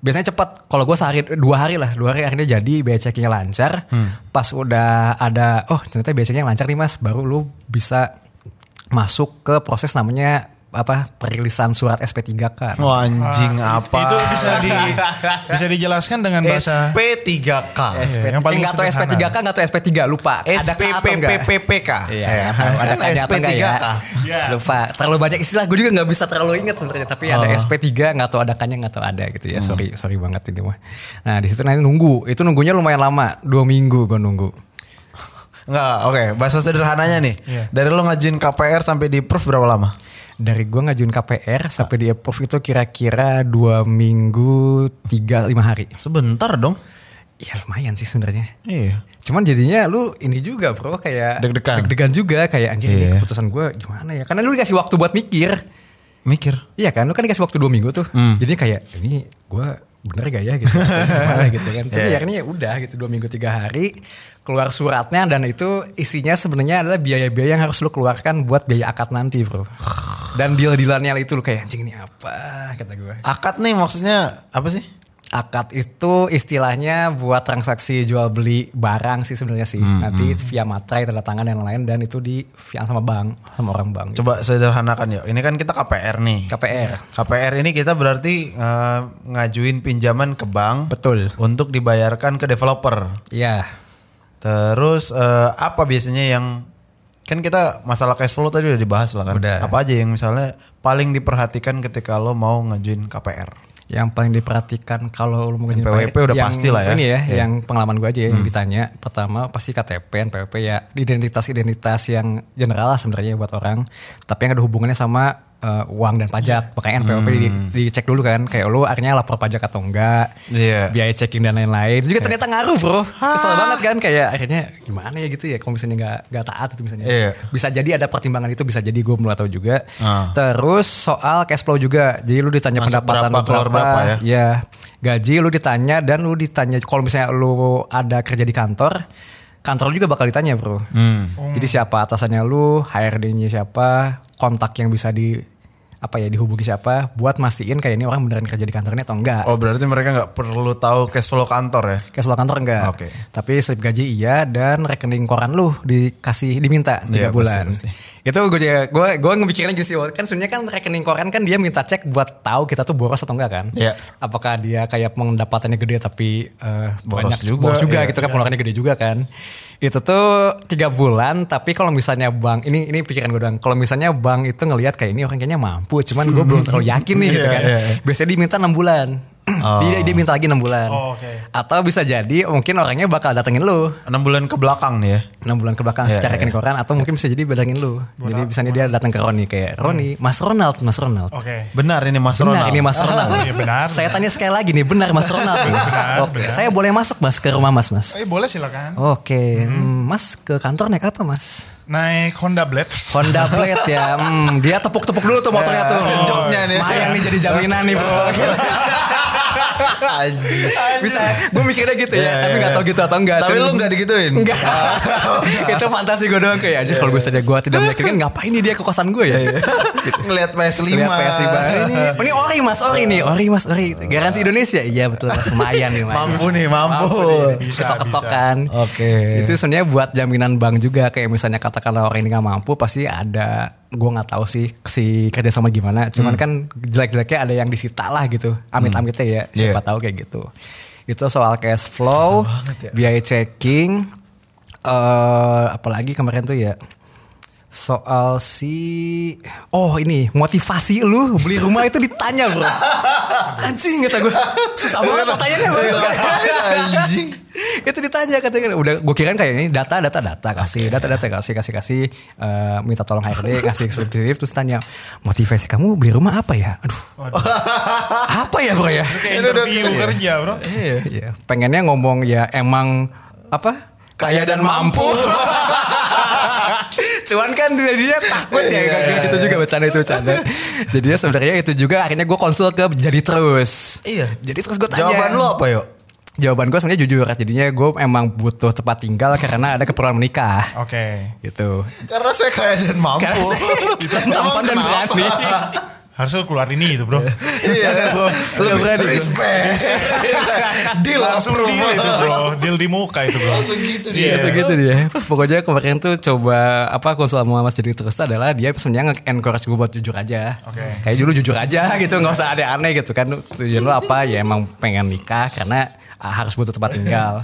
biasanya cepat. Kalau gue sehari dua hari lah, dua hari akhirnya jadi biaya checkingnya lancar. Pas udah ada, oh ternyata biaya checkingnya lancar nih mas, baru lu bisa masuk ke proses namanya apa perilisan surat SP3K. Wah, anjing apa? Itu bisa di bisa dijelaskan dengan bahasa SP3K. SP. yang yang paling nggak tahu sederhana. SP3K nggak tahu SP3 lupa. Ada K atau enggak? SPPPPPK. Iya, tahu ada Kan KD atau enggak ya? SP3K. Iya. Lupa. Terlalu banyak istilah gue juga nggak bisa terlalu ingat sebenarnya. Tapi ada SP3 nggak tahu ada kannya nggak tahu ada gitu ya. Sorry sorry banget ini mah. Nah di situ nanti nunggu. Itu nunggunya lumayan lama. Dua minggu gue nunggu. Enggak, oke. Bahasa sederhananya nih. Iya. Dari lo ngajuin KPR sampai di approve berapa lama? Dari gue ngajuin KPR sampai di approve itu kira-kira dua minggu tiga lima hari. Sebentar dong. Ya lumayan sih sebenarnya. Iya. Cuman jadinya lu ini juga bro kayak Deg-degan. deg-degan juga kayak anjir ini Iya. keputusan gue gimana ya. Karena lu dikasih waktu buat mikir. Mikir. Iya kan, lu kan dikasih waktu dua minggu tuh. Jadi kayak ini gue bener gak ya gitu, Gimana gitu kan. Tapi Iya. akhirnya ya udah gitu dua minggu tiga hari keluar suratnya dan itu isinya sebenarnya adalah biaya-biaya yang harus lu keluarkan buat biaya akad nanti bro. Dan deal dealannya itu lu kayak anjing ini apa kata gue. Akad nih maksudnya apa sih? Akad itu istilahnya buat transaksi jual beli barang sih sebenarnya sih. Nanti via materai tanda tangan dan lain-lain dan itu di via sama bank sama orang bank. Coba sederhanakan ya. Ini kan kita KPR nih. KPR. KPR ini kita berarti eh, ngajuin pinjaman ke bank Betul. untuk dibayarkan ke developer. Iya. Terus eh, apa biasanya yang kan kita masalah cash flow tadi udah dibahas lah kan. Udah. Apa aja yang misalnya paling diperhatikan ketika lo mau ngajuin KPR? yang paling diperhatikan kalau lu mungkin NPWP udah pasti lah ya. Ini ya, Iya. Hmm. yang pengalaman gue aja ya, yang ditanya pertama pasti KTP, NPWP ya identitas-identitas yang general lah sebenarnya buat orang, tapi yang ada hubungannya sama eh, uang dan pajak. Makanya NPWP Hmm. di- dicek dulu kan, kayak lu akhirnya lapor pajak atau enggak, Iya. biaya checking dan lain-lain. Juga ternyata ngaruh bro, kesel banget kan kayak akhirnya gimana ya gitu ya, kalau misalnya nggak nggak taat itu misalnya. Iya. Ah. Bisa jadi ada pertimbangan itu, bisa jadi gue belum tahu juga. Terus soal cash flow juga, jadi lu ditanya Masuk pendapatan berapa, lu keluar berapa ya? Ya, gaji lu ditanya dan lu ditanya kalau misalnya lu ada kerja di kantor, kantor lu juga bakal ditanya, Bro. Hmm. Jadi siapa atasannya lu, HRD-nya siapa, kontak yang bisa di apa ya dihubungi siapa buat mastiin kayak ini orang beneran kerja di kantor ini atau enggak. Oh berarti mereka nggak perlu tahu cash flow kantor ya? Cash flow kantor enggak. Oke. Tapi slip gaji iya dan rekening koran lu dikasih diminta tiga Iya, pasti, bulan. pasti. Itu gue juga- gue gue ngepikirin gini sih. Wal. Kan sebenarnya kan rekening koran kan dia minta cek buat tahu kita tuh boros atau enggak kan? Iya. Apakah dia kayak pendapatannya gede tapi eh, Boros banyak juga, boros juga iya, gitu kan pengeluarannya gede juga kan. Itu tuh tiga bulan tapi kalau misalnya bank ini ini pikiran gue doang. Kalau misalnya bank itu ngelihat kayak ini orang kayaknya mampu cuman gue belum terlalu yakin nih gitu Iya, kan. iya, iya. Biasanya diminta enam bulan. Dia, dia minta lagi enam bulan. Oh, oke. Atau bisa jadi mungkin orangnya bakal datengin lu 6 bulan ke belakang nih ya. 6 bulan ke belakang Iya, secara iya. rekening koran atau mungkin bisa jadi bedangin lu. jadi misalnya dia datang ke Roni kayak Roni, Mas Ronald, Mas Ronald. Oke. Benar ini Mas Benar Ronald. ini Mas Ronald. Oh, iya, benar, Saya tanya sekali lagi nih, benar Mas Ronald. nih. Oke, saya boleh masuk Mas ke rumah Mas, Mas. Eh boleh silakan. Oh. Oke, hmm, Mas ke kantor naik apa, Mas? Naik Honda Blade. Honda Blade ya. Hmm, dia tepuk-tepuk dulu tuh motornya tuh. Oh, jobnya nih. Lumayan nih jadi jaminan nih, Bro. Anjing. Bisa, gue mikirnya gitu ya, Iya, tapi iya, nggak tahu iya. gitu atau enggak. Tapi Cuman- lu nggak digituin? Oh. Iya, Enggak. itu fantasi gue doang kayak aja kalau gue saja gue tidak meyakinkan ngapain nih dia ke kosan gue ya. Ngelihat PS5. Lihat PSI banget. Ini, Iya. ini ori mas, ori nih, ori mas, ori. Garansi Indonesia, iya betul mas, lumayan nih mas. Mampu nih, mampu. Bisa, ketok-ketokan. Oke. Itu sebenarnya buat jaminan bank juga kayak misalnya katakanlah orang ini nggak mampu pasti ada gue nggak tahu sih si kerjasama gimana. Hmm. Cuman kan jelek-jeleknya ada yang disita lah gitu. Amit-amitnya ya siapa Iya. tahu kayak gitu. Itu soal cash flow, banget ya. biaya checking, eh apalagi kemarin tuh ya soal si oh ini motivasi lu beli rumah itu ditanya bro anjing kata gue susah banget pertanyaannya bro. Anjing. itu ditanya katanya udah gue kirain kayak ini data data data kasih data data kasih kasih kasih eh, minta tolong HRD kasih slip slip terus tanya motivasi kamu beli rumah apa ya aduh apa ya bro ya Kayak Ini udah interview kayak- kerja bro. Iya, pengennya ngomong ya emang apa Kaya dan mampu. Cuman kan dia, dia takut ya kayak gitu juga bercanda itu bercanda. Jadinya sebenarnya itu juga akhirnya gue konsul ke jadi terus. Iya. Jadi terus gue tanya. Jawaban lu apa yuk? Jawaban gue sebenarnya jujur. Jadinya gue emang butuh tempat tinggal karena ada keperluan menikah. Oke. Gitu. Karena saya kaya dan mampu. Karena- Tampan dan Emang kenapa? berani. harusnya lu keluar ini gitu bro Iya, lebih berani. Respect. Deal langsung approve. deal itu Iya, bro deal di muka itu bro Langsung gitu dia. Iya segitu dia. Pokoknya kemarin tuh coba apa aku sama Mas jadi terus tuh adalah dia sebenarnya nge-encourage gue buat jujur aja. Oke. Kayak dulu jujur aja gitu nggak usah ada aneh gitu kan. Tujuan lu apa ya emang pengen nikah karena ah, harus butuh tempat tinggal.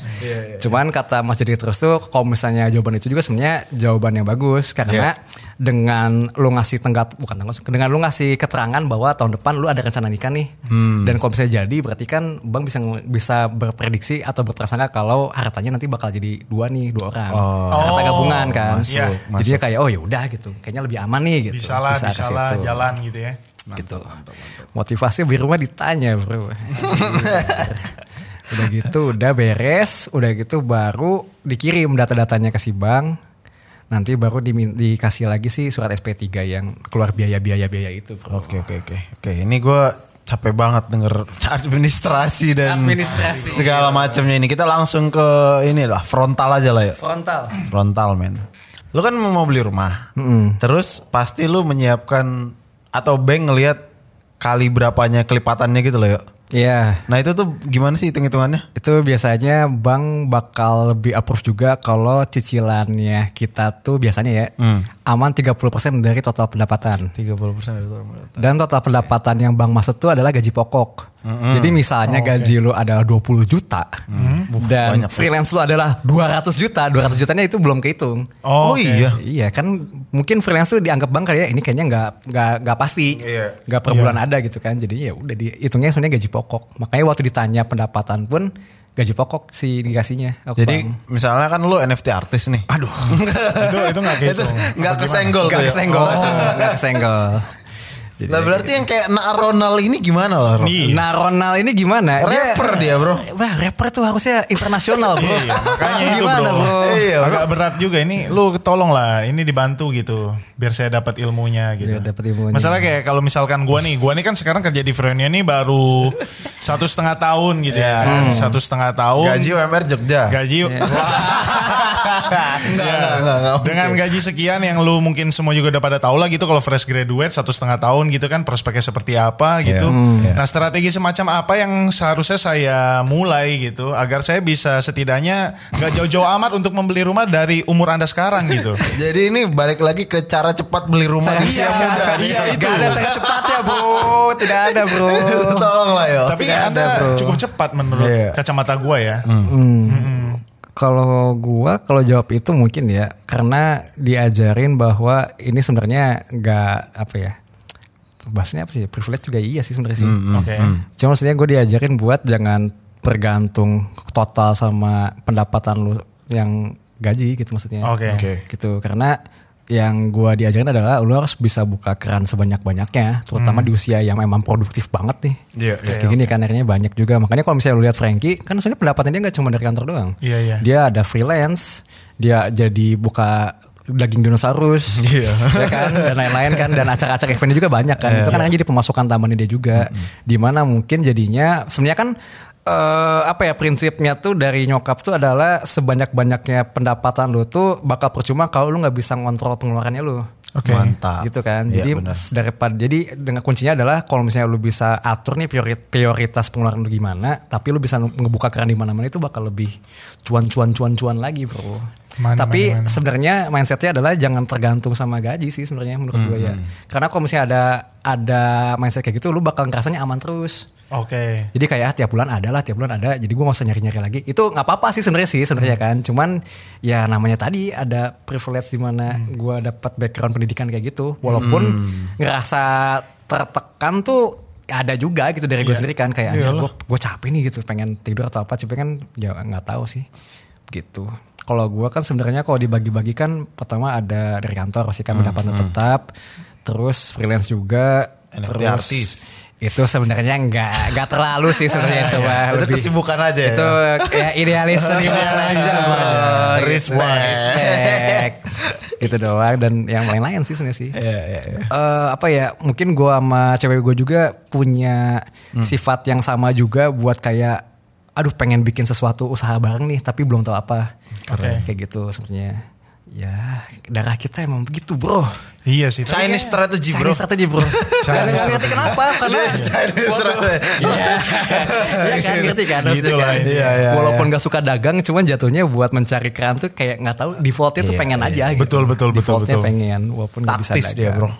Cuman kata Mas jadi terus tuh kalau misalnya jawaban itu juga sebenarnya jawaban yang bagus karena Iya. dengan lu ngasih tenggat bukan tenggat dengan lu ngasih keterangan bahwa tahun depan lu ada rencana nikah nih. Hmm. Dan kalau misalnya jadi berarti kan Bang bisa bisa berprediksi atau berprasangka kalau hartanya nanti bakal jadi dua nih, dua orang. Harta gabungan kan. Oh. Masuk, Iya. Jadinya kayak oh ya udah gitu. Kayaknya lebih aman nih gitu. bisa lah ke bisa lah situ. jalan gitu ya gitu. Motivasi di rumah ditanya, Bro. udah gitu udah beres, udah gitu baru dikirim data-datanya ke si bank. Nanti baru dimin- dikasih lagi sih surat SP3 yang keluar biaya-biaya-biaya itu, Bro. Oke oke oke. Oke ini gue capek banget denger administrasi dan Administrasi. segala macamnya ini. Kita langsung ke inilah frontal aja lah ya. Frontal. Frontal men. Lu kan mau beli rumah. Terus pasti lu menyiapkan atau bank ngelihat kali berapanya kelipatannya gitu loh ya. Iya. Nah itu tuh gimana sih hitung-hitungannya? itu biasanya bank bakal lebih approve juga kalau cicilannya kita tuh biasanya ya aman 30% dari total pendapatan. 30% dari total. Dan total pendapatan yang bank maksud tuh adalah gaji pokok. Jadi Oh, misalnya gaji lu ada 20 juta dan Mm-hmm. Uh, banyak, freelance lu adalah 200 juta, 200 jutanya itu belum kehitung. Oh, iya. Iya kan mungkin freelance tuh dianggap bank kayak ini kayaknya nggak nggak nggak pasti Iya. nggak per bulan ada gitu kan jadi ya udah dihitungnya sebenarnya gaji pokok makanya waktu ditanya pendapatan pun gaji pokok sih dikasihnya aku Jadi misalnya kan lu NFT artis nih. Aduh. itu itu nggak itu gitu nggak kesenggol nggak tuh ya. kesenggol Iya, nggak kesenggol jadi Lah berarti yang kayak Naronal ini gimana lah? Ron? Nih. nah Ronald ini gimana Dia- Rapper dia bro. Wah rapper tuh harusnya internasional bro. Iya, makanya itu Gimana, bro, Iya, agak berat juga ini lu tolong lah ini dibantu gitu biar saya dapat ilmunya gitu Iya, dapat ilmunya. masalah kayak kalau misalkan gua nih gua nih kan sekarang kerja di Frontnya nih baru satu setengah tahun gitu ya kan. satu setengah tahun Gaji UMR Jogja. gaji Enggak, Ya, enggak, enggak, enggak mungkin. dengan gaji sekian yang lu mungkin semua juga udah pada tahu lah gitu kalau fresh graduate satu setengah tahun gitu kan prospeknya seperti apa Iya. gitu. Hmm, Nah strategi semacam apa yang seharusnya saya mulai gitu agar saya bisa setidaknya nggak jauh-jauh amat untuk membeli rumah dari umur anda sekarang gitu. Jadi ini balik lagi ke cara cepat beli rumah di usia muda. iya, itu. Gak ada tengah cepat ya bro. Tidak ada bro. Tolong lah yo. Tapi anda cukup cepat menurut Iya. Hmm, kacamata gua ya. Kalau gua kalau jawab itu mungkin ya karena diajarin bahwa ini sebenarnya nggak apa ya bahasanya apa sih privilege juga iya sih sebenarnya sih. Oke. hmm. Hmm. Cuma maksudnya gue diajarin buat jangan tergantung total sama pendapatan lu yang gaji gitu maksudnya. Oke. Oke. Gitu karena yang gua diajarin adalah lu harus bisa buka keran sebanyak-banyaknya Hmm. terutama di usia yang memang produktif banget nih. Iya, Terus kayak gini kan akhirnya banyak juga. Makanya kalau misalnya lu lihat Frankie kan sebenarnya pendapatan dia nggak cuma dari kantor doang. Iya, iya. Dia ada freelance, dia jadi buka daging dinosaurus, ya kan, dan lain-lain kan, dan acara-acara eventnya juga banyak kan, itu kan akhirnya jadi pemasukan tambahan dia juga, dimana mungkin jadinya sebenarnya kan eh, apa ya prinsipnya tuh dari nyokap tuh adalah sebanyak-banyaknya pendapatan lu tuh bakal percuma kalau lu nggak bisa ngontrol pengeluarannya lu, Oke. Mantap. gitu kan, Iya, jadi benar. daripada jadi dengan kuncinya adalah kalau misalnya lu bisa atur nih priori- prioritas pengeluaran lu gimana, tapi lu bisa ngebuka keran di mana-mana itu bakal lebih cuan-cuan-cuan-cuan lagi bro. Mana, tapi mana, mana. sebenarnya mindsetnya adalah jangan tergantung sama gaji sih sebenarnya menurut gue ya. Mm-hmm. Karena kalau misalnya ada ada mindset kayak gitu, lu bakal ngerasanya aman terus. Oke. Jadi kayak "Ah, tiap bulan ada lah, tiap bulan ada. Jadi gue gak usah nyari-nyari lagi. Itu nggak apa-apa sih sebenarnya sih sebenarnya kan. Cuman ya namanya tadi ada privilege di mana gue dapat background pendidikan kayak gitu. Walaupun ngerasa tertekan tuh ada juga gitu dari gue sendiri kan kayak anjir gue capek nih gitu pengen tidur atau apa tapi kan ya nggak tahu sih gitu kalau gue kan sebenarnya kalau dibagi-bagi kan pertama ada dari kantor pasti kan pendapatan tetap terus freelance juga NFT terus artis. itu sebenarnya nggak nggak terlalu sih sebenarnya itu Pak. Iya, Itu Lebih- kesibukan aja ya? itu ya idealis seniman aja Bro. Gitu, Respect. respect. itu doang dan yang lain-lain sih sebenarnya sih Iya, iya, iya. Eh, apa ya mungkin gue sama cewek gue juga punya Hmm. sifat yang sama juga buat kayak aduh pengen bikin sesuatu usaha bareng nih tapi belum tahu apa Oke. kayak gitu sebenarnya Ya, darah kita emang begitu bro. Iya sih. tapi Chinese kayak- strategy Chinese bro. Iya, strategi bro. Gak Chinese ngerti kenapa karena Chinese waktu- strategy. Iya Iya kan ngerti kan Gitu maksudnya lah, kan? iya, iya, Walaupun gak suka dagang, cuman jatuhnya buat mencari keran tuh kayak nggak tahu defaultnya tuh Iya, pengen iya. aja. gitu. Betul, betul, betul, Defaultnya betul. pengen, walaupun nggak bisa Taktis dagang. dia, bro.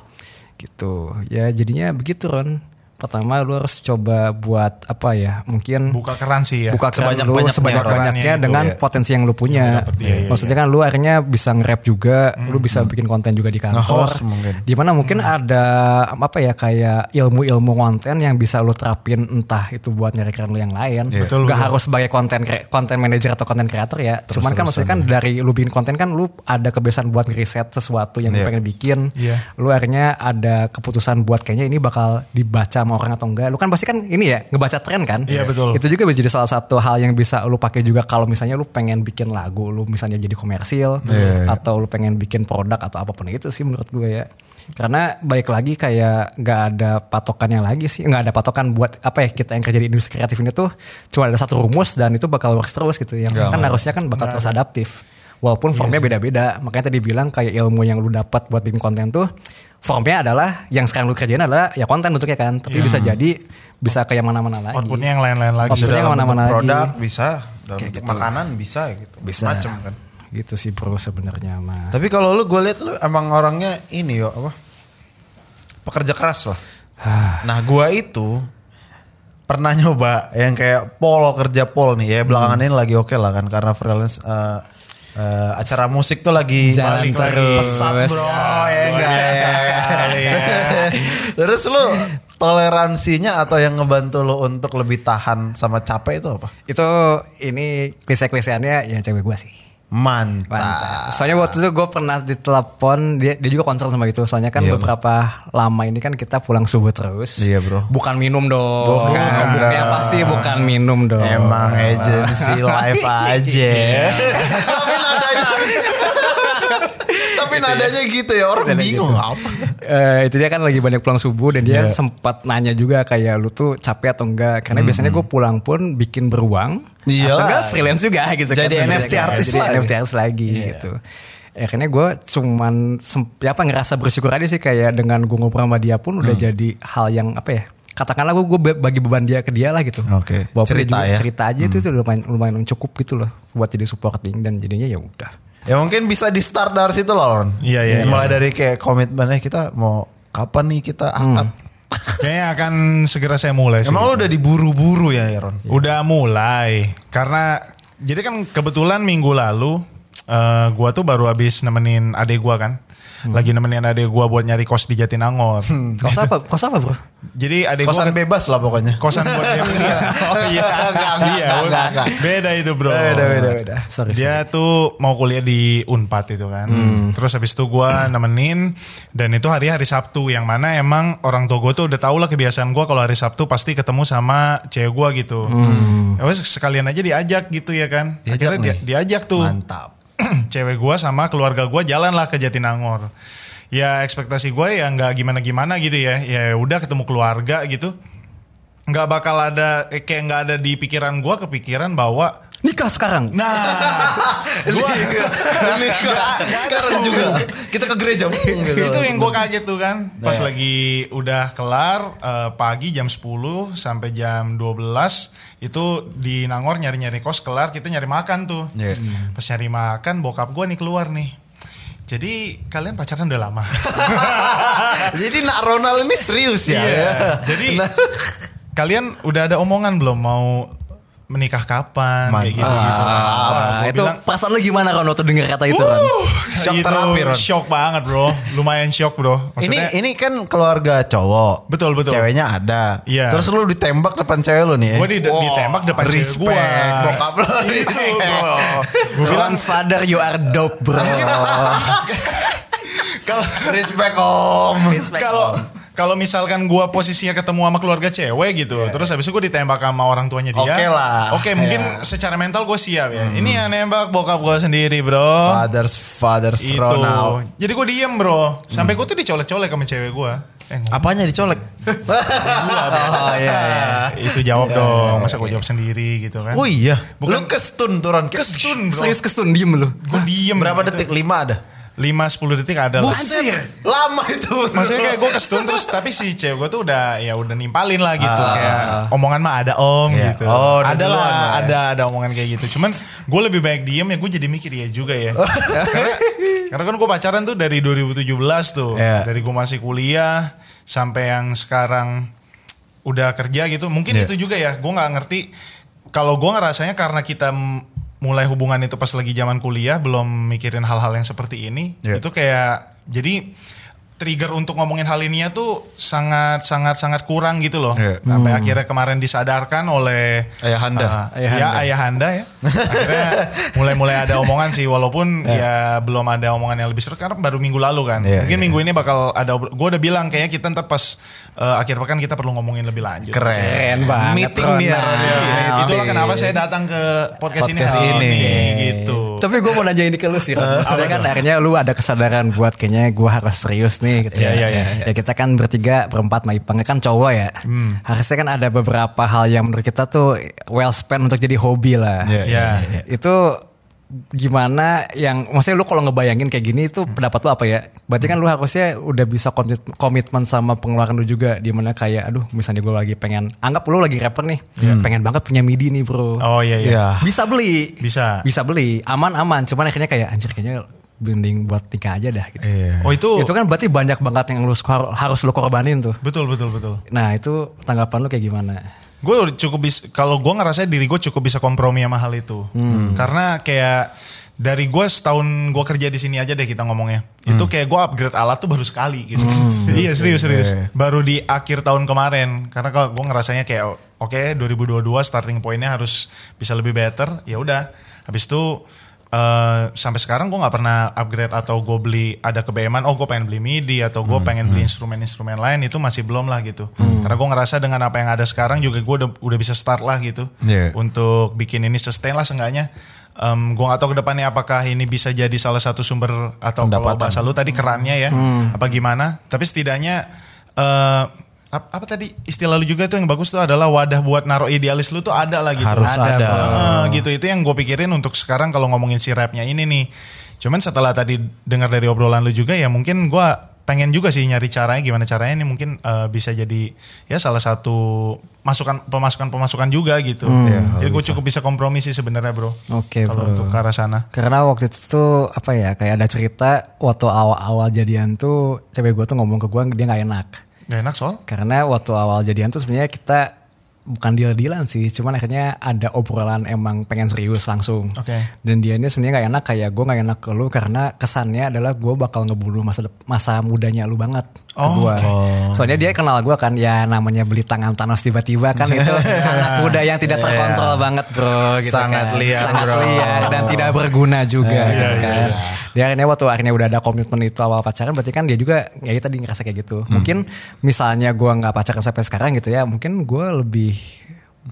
Gitu. Ya jadinya begitu Ron. Pertama lu harus coba buat apa ya? Mungkin Buka keran sih ya. buka keran Sebanyak- lu banyaknya sebanyak-banyaknya orangnya dengan gitu, ya. potensi yang lu punya. dapet, iya, iya, Maksudnya kan lu akhirnya bisa nge-rap juga, lu bisa bikin konten juga di kantor. Nge-host mungkin. Dimana mungkin Hmm. ada apa ya kayak ilmu-ilmu konten yang bisa lu terapin entah itu buat nyari keren lu yang lain. Betul, Gak betul. harus sebagai konten kre- konten manager atau konten kreator ya. Cuman kan maksudnya kan dari lu bikin konten kan lu ada kebiasaan buat ngeriset sesuatu yang lu Iya. pengen bikin. Iya. Lu akhirnya ada keputusan buat kayaknya ini bakal dibaca sama orang atau enggak. Lu kan pasti kan ini ya ngebaca tren kan. Iya, betul. Itu juga bisa jadi salah satu hal yang bisa lu pakai juga kalau misalnya lu pengen bikin lagu, lu misalnya jadi komersil Iya, atau lu pengen bikin produk atau apapun itu sih menurut gue ya. Karena balik lagi kayak nggak ada patokannya lagi sih, nggak ada patokan buat apa ya kita yang kerja di industri kreatif ini tuh cuma ada satu rumus dan itu bakal works terus gitu. Yang kan harusnya kan bakal terus adaptif. Walaupun Iya formnya beda-beda, makanya tadi bilang kayak ilmu yang lu dapat buat bikin konten tuh formnya adalah yang sekarang lu kerjain adalah ya konten bentuknya kan, tapi bisa jadi bisa kayak mana-mana lagi. Iya. Outputnya yang lain-lain lagi. Outputnya Sudah. yang kemana-mana lagi. produk bisa, dalam bentuk makanan bisa gitu. Bisa. Macam kan. Gitu sih bro sebenarnya mah. Tapi kalau lu gue lihat lu emang orangnya ini yo apa? Pekerja keras lah. nah gua itu pernah nyoba yang kayak pol kerja pol nih ya belakangan Hmm. ini lagi oke lah kan karena freelance eh, eh, acara musik tuh lagi Jalan Iya, terus. pesat bro ya Luar enggak biasa sekali, iya. ya. terus lu toleransinya atau yang ngebantu lu untuk lebih tahan sama capek itu apa Itu ini klise-kliseannya ya cewek gue sih. mantap Mantap. Soalnya waktu itu gue pernah ditelepon dia, dia juga concern sama gitu. Soalnya kan beberapa lama ini kan kita pulang subuh terus. Iya, bro. Bukan minum dong. Bukan, bro. Ya pasti bukan minum dong. Emang agency live aja. Iya. Tapi nadanya Tapi nadanya gitu ya, orang bingung apa. Eh, itu dia kan lagi banyak pulang subuh dan Iya. dia sempat nanya juga kayak lu tuh capek atau enggak karena biasanya Hmm. gue pulang pun bikin beruang atau Iyalah. enggak freelance juga gitu Iya. Jadi sebenarnya NFT artis jadi lagi. Iya. NFT artis lagi gitu akhirnya gue cuman sem- ya apa ngerasa bersyukur aja sih kayak dengan gue ngobrol sama dia pun Hmm. udah jadi hal yang apa ya katakanlah gue gue bagi beban dia ke dia lah gitu Oke, Walaupun dia cerita juga ya. cerita aja itu tuh lumayan lumayan cukup gitu loh buat jadi supporting dan jadinya ya udah Ya mungkin bisa di start dari situ loh, Ron. Iya, iya, Mulai dari kayak komitmennya kita mau kapan nih kita Hmm. akad. Kayaknya akan segera saya mulai sih. Emang lu udah diburu-buru ya, Ron? Udah mulai karena jadi kan kebetulan minggu lalu eh, gua tuh baru habis nemenin adek gua kan. Hmm. Lagi nemenin adek gua buat nyari kos di Jatinangor. kos apa kos apa bro Jadi adek Kosan gua kan- bebas lah pokoknya. kosan buat dia. oh iya. Enggak, enggak, Iya, enggak, enggak, enggak. Beda itu, Bro. Beda, beda, beda. sorry Dia tuh mau kuliah di Unpad itu kan. Hmm. Terus habis itu gua nemenin dan itu hari hari Sabtu yang mana emang orang tua gue tuh udah tau lah kebiasaan gua kalau hari Sabtu pasti ketemu sama cewek gua gitu. Ya wes, sekalian aja diajak gitu ya kan. Hmm. Diajak Akhirnya dia- nih. diajak tuh. Mantap. cewek gua sama keluarga gua jalan lah ke Jatinangor. Ya ekspektasi gue ya nggak gimana-gimana gitu ya. Ya udah ketemu keluarga gitu. Nggak bakal ada eh, kayak nggak ada di pikiran gua kepikiran bahwa nikah sekarang Nah, gua Ini sekarang juga kita ke gereja. Bung, gitu. Iya. itu yang gue kaget tuh kan. Pas lagi udah kelar eh, pagi jam 10 sampai jam 12 itu di Nangor nyari-nyari kos kelar kita nyari makan tuh. Iya. Pas nyari makan bokap gue nih keluar nih. Jadi kalian pacaran udah lama. Jadi Nak Ronald ini serius ya. Iya. Nah. Jadi kalian udah ada omongan belum mau menikah kapan kayak gitu gitu. Ah, itu perasaan lu gimana Ron waktu denger kata itu Ron? Shock terapi, Ron. Gitu. Shock banget, Bro. Lumayan shock, Bro. ini Maksudnya ini kan keluarga cowok. Betul, betul. Ceweknya ada. Iya. Terus lu ditembak depan cewek lu nih. ya? Gue di, Wow. ditembak depan cewek respect. gue. Bokap lu respect. Gue bilang Once father you are dope bro. Respect om. Oh. kalau kalau misalkan gua posisinya ketemu sama keluarga cewek gitu, Iya. terus habis itu gua ditembak sama orang tuanya dia. Oke lah. Oke, mungkin Ya. Iya. secara mental gua siap ya. Ini Hmm. yang nembak bokap gua sendiri, Bro. Fathers, fathers, Itu. Ronald. Jadi gua diem, Bro. Sampai Hmm. gua tuh dicolek-colek sama cewek gua. Eh, ngomong Apanya dicolek? Oh iya iya. itu jawab dong. Masa gua jawab sendiri gitu kan. Oh iya. Bukan- Lu kestun turun. Kestun, Bro. Serius kestun diem lu. Gua diem. Berapa gitu. detik? Lima ada. 5-10 detik ada lah. Anjir. Lama itu. Maksudnya kayak gue kestun terus tapi si cewek gue tuh udah ya udah nimpalin lah gitu kayak omongan mah ada om Ah. Iya. gitu. Oh, udah ada lah, duluan lah ya. ada ada omongan kayak gitu. Cuman gue lebih baik diem ya gue jadi mikir ya juga ya. karena, karena kan gue pacaran tuh dari 2017 tuh, Iya. dari gue masih kuliah sampai yang sekarang udah kerja gitu. Iya. Mungkin itu juga ya. Gue nggak ngerti kalau gue ngerasanya karena kita m- mulai hubungan itu pas lagi zaman kuliah belum mikirin hal-hal yang seperti ini. Iya. Itu kayak jadi trigger untuk ngomongin hal ininya tuh sangat sangat sangat kurang gitu loh. Iya. Sampai akhirnya kemarin disadarkan oleh Ayahanda. Ah, Ayahanda. Ya ayahanda ya. Akhirnya mulai-mulai ada omongan sih walaupun ya belum ada omongan yang lebih seru karena baru minggu lalu kan. Iya, Mungkin iya. minggu ini bakal ada gue udah bilang kayaknya kita ntar pas eh, akhir pekan kita perlu ngomongin lebih lanjut. Keren banget, Meeting dia. Ronald. Iya, Ah, Meeting. itulah kenapa saya datang ke Podcast podcast, ini hari ini. ini gitu. Tapi gue mau nanya ini ke lu sih. Eh, Ron. Maksudnya kan akhirnya lu ada kesadaran buat kayaknya gue harus serius nih gitu Iya, iya, ya. iya, Hmm. Ya kita kan bertiga, berempat, sama Ipangnya kan cowok ya. Harusnya kan ada beberapa hal yang menurut kita tuh well spent untuk jadi hobi lah. Iya, iya, Ya. Itu gimana yang maksudnya lu kalau ngebayangin kayak gini itu pendapat lu apa ya? Berarti kan lu harusnya udah bisa komit- komitmen sama pengeluaran lu juga di mana kayak aduh misalnya gue lagi pengen anggap lu lagi rapper nih, pengen banget punya MIDI nih, Bro. Ya. Oh iya iya. Iya. Bisa beli. Bisa. Bisa beli. Aman-aman. Cuman akhirnya kayak anjir kayaknya bending buat nikah aja dah gitu. Oh itu, Itu kan berarti banyak banget yang lu skor- harus lu korbanin tuh. betul betul betul. Nah itu tanggapan lu kayak gimana? Gue cukup bisa kalau gue ngerasa diri gue cukup bisa kompromi sama hal itu. Karena kayak dari gue setahun gue kerja di sini aja deh kita ngomongnya. Itu kayak gue upgrade alat tuh baru sekali gitu. iya serius serius. Baru di akhir tahun kemarin. Karena kalau gue ngerasanya kayak oh, oke 2022 starting pointnya harus bisa lebih better. Ya udah. Habis itu eh, sampai sekarang gue nggak pernah upgrade atau gue beli ada kebeman oh gue pengen beli midi atau gue pengen beli instrumen-instrumen lain itu masih belum lah gitu karena gue ngerasa dengan apa yang ada sekarang juga gue udah, udah bisa start lah gitu Iya. untuk bikin ini sustain lah seenggaknya Em, gue gak tahu ke depannya apakah ini bisa jadi salah satu sumber atau kalau Pendapatan. bahasa lu tadi kerannya ya apa gimana tapi setidaknya eh, ap- apa tadi istilah lu juga tuh yang bagus tuh adalah wadah buat naruh idealis lu tuh ada lah gitu Harus ada. Heeh, gitu itu yang gue pikirin untuk sekarang kalau ngomongin si rapnya ini nih cuman setelah tadi dengar dari obrolan lu juga ya mungkin gue pengen juga sih nyari caranya gimana caranya ini mungkin eh, bisa jadi ya salah satu masukan pemasukan pemasukan juga gitu Ya, jadi gue cukup bisa kompromi sih sebenarnya bro Oke, bro. kalau untuk ke arah sana Karena waktu itu tuh apa ya kayak ada cerita waktu awal-awal jadian tuh cewek gue tuh ngomong ke gue dia nggak enak. gak enak soal Karena waktu awal jadian tuh sebenarnya kita bukan deal-dealan sih, cuman akhirnya ada obrolan emang pengen serius langsung. Oke. Dan dia ini sebenarnya nggak enak kayak gue nggak enak ke lu karena kesannya adalah gue bakal ngebunuh masa dep- masa mudanya lu banget ke Oh, gua. Soalnya dia kenal gue kan ya namanya beli tangan Thanos tiba-tiba kan itu anak muda yang tidak terkontrol banget bro. Gitu Iya. Sangat kan. liar, sangat bro. liar dan tidak berguna juga Eh, gitu iya, kan. Dia akhirnya waktu akhirnya udah ada komitmen itu awal pacaran berarti kan dia juga ya tadi ngerasa kayak gitu. Hmm. Mungkin misalnya gua nggak pacaran sampai sekarang gitu ya, mungkin gua lebih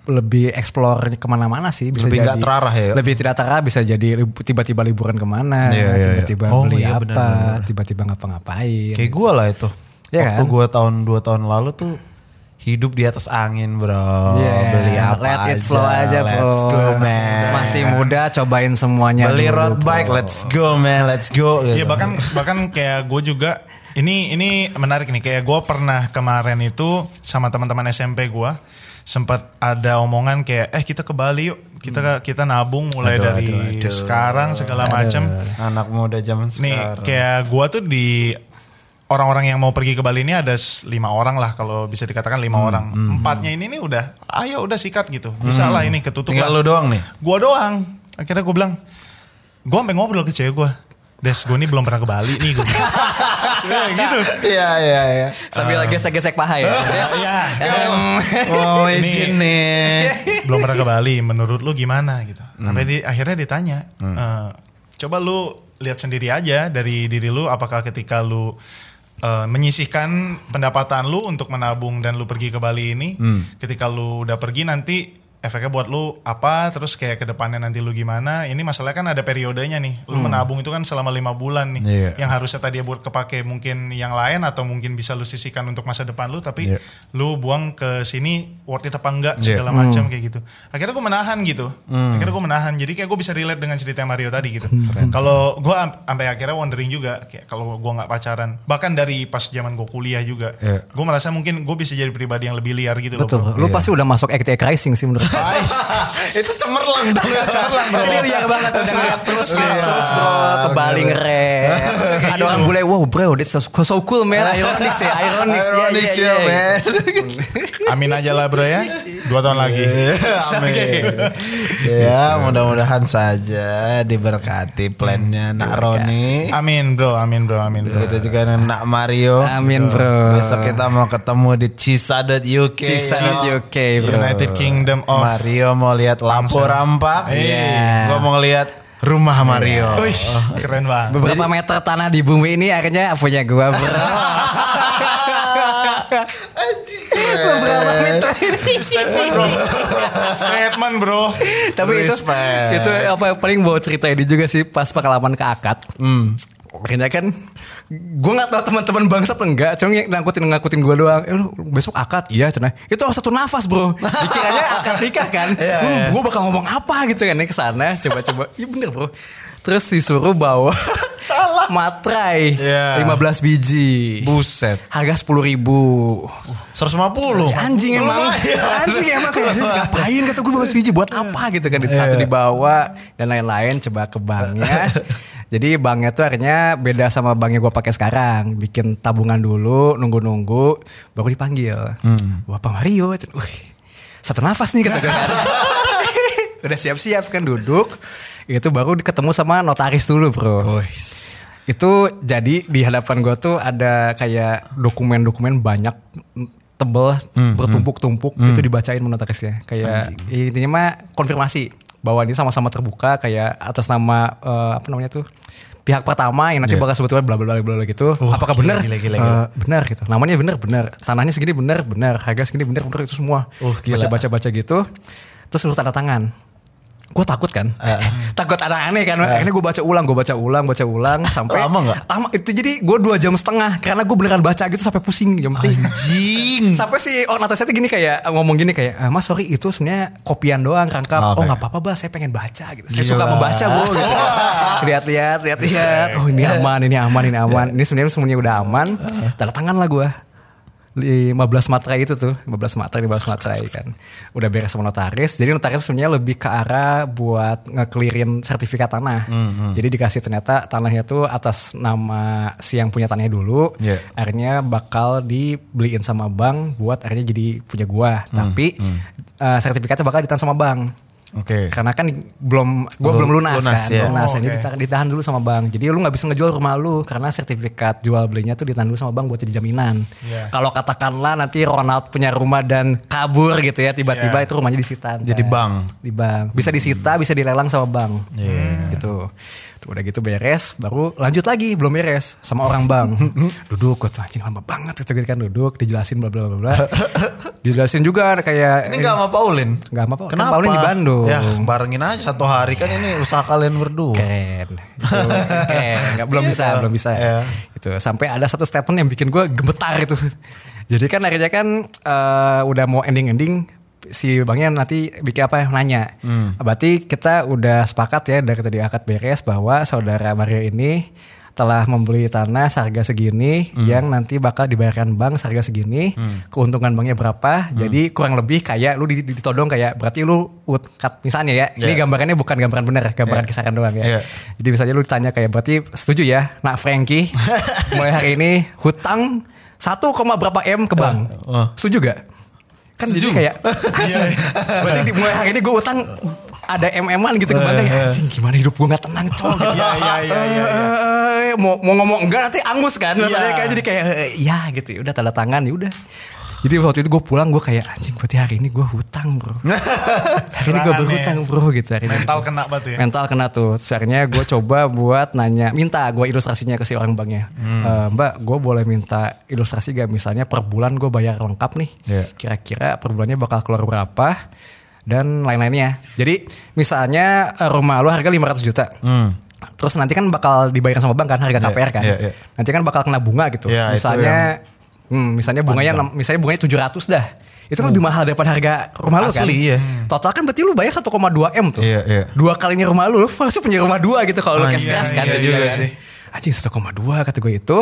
lebih explore kemana-mana sih bisa Lebih nggak jadi- terarah ya? lebih tidak terarah bisa jadi lib- tiba-tiba liburan kemana Iya, iya, tiba-tiba iya. Oh, beli iya, apa tiba-tiba ngapa-ngapain Kayak gue lah itu. Iya Waktu kan? gue tahun dua tahun lalu tuh hidup di atas angin bro. Iya, Oh, Beli apa let aja. it flow aja bro Let's go man. masih muda cobain semuanya Beli dulu, road bro. bike, let's go man, let's go. gitu. Iya bahkan bahkan kayak gue juga ini ini menarik nih kayak gue pernah kemarin itu sama teman-teman SMP gue sempat ada omongan kayak eh kita ke Bali yuk kita kita nabung mulai Hmm. Aduh, dari aduh, aduh. sekarang segala macam anak muda zaman nih sekarang. kayak gue tuh di orang-orang yang mau pergi ke Bali ini ada s- lima orang lah kalau bisa dikatakan lima Hmm, orang empatnya ini nih udah ayo udah sikat gitu bisa Hmm. lah ini ketutup Tinggal lah lu doang nih. gua doang akhirnya gue bilang gue sampai ngobrol ke cewek gue Des gue nih belum pernah ke Bali nih gue gitu Iya iya iya. sambil gesek-gesek paha ya Iya. Oh Ini- izin nih. belum pernah ke Bali menurut lu gimana gitu sampai di, akhirnya ditanya "Eh, coba lu lihat sendiri aja dari diri lu apakah ketika lu eh, menyisihkan pendapatan lu untuk menabung dan lu pergi ke Bali ini. Ketika lu udah pergi nanti efeknya buat lu apa terus kayak kedepannya nanti lu gimana ini masalahnya kan ada periodenya nih lu menabung itu kan selama lima bulan nih Iya. yang harusnya tadi buat kepake mungkin yang lain atau mungkin bisa lu sisihkan untuk masa depan lu tapi Iya. lu buang ke sini worth it apa enggak Iya. segala macam kayak gitu akhirnya gue menahan gitu akhirnya gue menahan jadi kayak gue bisa relate dengan cerita Mario tadi gitu kalau gue sampai akhirnya wondering juga kayak kalau gue nggak pacaran bahkan dari pas zaman gue kuliah juga Iya. gue merasa mungkin gue bisa jadi pribadi yang lebih liar gitu Betul. loh bro. Lu pasti udah masuk acting rising sih menurut gue. Iya. itu cemerlang dong Iya, cemerlang bro. Ini liar banget udah terus Iya. liar terus bro ke Bali ngeret. Ada orang bule, wow bro, that's so, so cool man, ya, ironic sih, ironic Iya, sih. Ironic yeah, ya, yeah, yeah. man. amin aja lah bro ya dua tahun lagi Amin. Ya, mudah-mudahan saja diberkati plannya Nak Roni. amin bro amin bro amin bro Begitu juga dengan Nak Mario. Amin, bro. Besok kita mau ketemu di cisa.uk. Sisa di UK bro. United Kingdom of Mario mau lihat lampu rampak. Iya. Gua mau lihat Iya. rumah Mario. Wih, keren banget Beberapa meter tanah di bumi ini akhirnya punya gua bro. Beberapa meter ini. statement bro statement bro Tapi itu Respect. itu apa paling bawa cerita ini juga sih pas pengalaman ke akad. Hmm. Akhirnya kan gue nggak tahu teman-teman bangsat enggak, cuma yang ngangkutin ngangkutin gue doang. Eh, lu besok akad, iya cenah. Itu harus satu nafas bro. Dikiranya akad nikah kan. Iya, Gue bakal ngomong apa gitu kan ke sana. Coba-coba, iya bener bro. Terus disuruh bawa salah matrai Iya. 15 biji. Buset. Harga sepuluh ribu. 150. Anjing emang, anjing emang kayak "Ini ngapain kata gue bawa biji buat apa gitu kan satu dibawa dan lain-lain coba ke banknya. Jadi banknya tuh akhirnya beda sama banknya gue pakai sekarang, bikin tabungan dulu, nunggu-nunggu, baru dipanggil. Bapak Mario, Wih, satu nafas nih kata gue. kan. Udah siap-siap kan duduk, itu baru ketemu sama notaris dulu bro itu jadi di hadapan gue tuh ada kayak dokumen-dokumen banyak m, tebel Hmm, bertumpuk-tumpuk itu dibacain sama notarisnya kayak ya intinya mah konfirmasi bahwa ini sama-sama terbuka kayak atas nama eh, apa namanya tuh pihak pertama yang nanti bakal sebetulnya bla bla bla bla bla gitu apakah benar Iya. gila, gila, Eh, benar gitu namanya benar benar tanahnya segini benar benar harga segini benar benar itu semua Uh, baca gila. baca baca gitu terus suruh tanda tangan gue takut kan takut ada aneh kan akhirnya gue baca ulang gue baca ulang baca ulang sampai Lama nggak? lama itu jadi gue dua jam setengah karena gue beneran baca gitu sampai pusing yang penting Anjing. sampai si orang atasnya tuh gini kayak ngomong gini kayak "Ah, mas sorry itu sebenarnya kopian doang rangkap Oke. oh nggak apa-apa bah saya pengen baca gitu saya ya. Gila. suka membaca bu gitu lihat-lihat lihat-lihat oh ini aman ini aman ini aman ini sebenarnya semuanya udah aman tanda tangan lah gue 15 materai itu tuh 15 materai 15 materai kan udah beres sama notaris jadi notaris sebenarnya lebih ke arah buat ngekelirin sertifikat tanah jadi dikasih ternyata tanahnya tuh atas nama si yang punya tanahnya dulu Iya. akhirnya bakal dibeliin sama bank buat akhirnya jadi punya gua tapi eh, sertifikatnya bakal ditahan sama bank Oke. karena kan belum gua Belum belum lunas, lunas, kan ya. belum lunas Oh, jadi oke. ditahan, ditahan dulu sama bank jadi lu nggak bisa ngejual rumah lu karena sertifikat jual belinya tuh ditahan dulu sama bank buat jadi jaminan Iya. kalau katakanlah nanti Ronald punya rumah dan kabur gitu ya tiba-tiba Iya. itu rumahnya disita Jadi kan. bank. di bank bisa disita bisa dilelang sama bank Iya. gitu Tuh, udah gitu beres baru lanjut lagi belum beres sama orang bank duduk gue tuh, anjing lama banget gitu gitu kan duduk dijelasin bla bla bla bla dijelasin juga kayak Ini gak sama Paulin. Nggak sama Paulin. Kan Paulin di Bandung. Ya, barengin aja satu hari kan ini usaha kalian berdua. keren itu keren nggak belum bisa belum bisa Iya. itu sampai ada satu statement yang bikin gue gemetar itu jadi kan akhirnya kan eh, udah mau ending ending si bangnya nanti bikin apa nanya Hmm. berarti kita udah sepakat ya dari tadi akad beres bahwa saudara Mario ini telah membeli tanah seharga segini Hmm. yang nanti bakal dibayarkan bank seharga segini keuntungan banknya berapa Hmm. jadi kurang lebih kayak lu di- di- ditodong kayak berarti lu ut- cut misalnya ya ini gambarannya bukan gambaran benar gambaran kisaran doang ya Iya. jadi misalnya lu ditanya kayak berarti setuju ya nak Frankie mulai hari ini hutang 1, koma berapa M ke bank Eh, Oh. setuju gak? kan jadi kayak Iya, anjing berarti di, mulai hari ini gue utang ada MM-an gitu ke bank kayak, anjing gimana hidup gue gak tenang cowok gitu. Eh, Iya, iya, iya, iya, Eh, mau mau ngomong enggak nanti angus kan eh, Iya. Maksudnya kayak jadi kayak eh, iya gitu ya udah tanda tangan ya udah Jadi waktu itu gue pulang gue kayak anjing berarti hari ini gue hutang bro. hari ini gue Serangan ya. berhutang bro gitu hari ini. Mental kena batu Iya. ya. Mental kena tuh. Terus akhirnya gue coba buat nanya, minta gue ilustrasinya ke si orang banknya. Hmm. Eh, Mbak, gue boleh minta ilustrasi gak misalnya per bulan gue bayar lengkap nih. Iya. Kira-kira per bulannya bakal keluar berapa dan lain-lainnya. Jadi misalnya eh, rumah lu harga 500 juta. Terus nanti kan bakal dibayar sama bank kan harga KPR kan. Hmm. iya, iya. Nanti kan bakal kena bunga gitu. Iya, itu misalnya hmm, misalnya bunganya enam- misalnya bunganya 700 dah. Itu kan lebih mahal daripada harga rumah lu kan. Asli, iya. Total kan berarti lu bayar 1,2 M tuh Iya, iya. dua kalinya rumah lu, lu pasti punya rumah dua gitu kalau lu Ah, cash iya, cash kan. iya gitu juga kan. sih. Anjing 1,2 kata gue itu.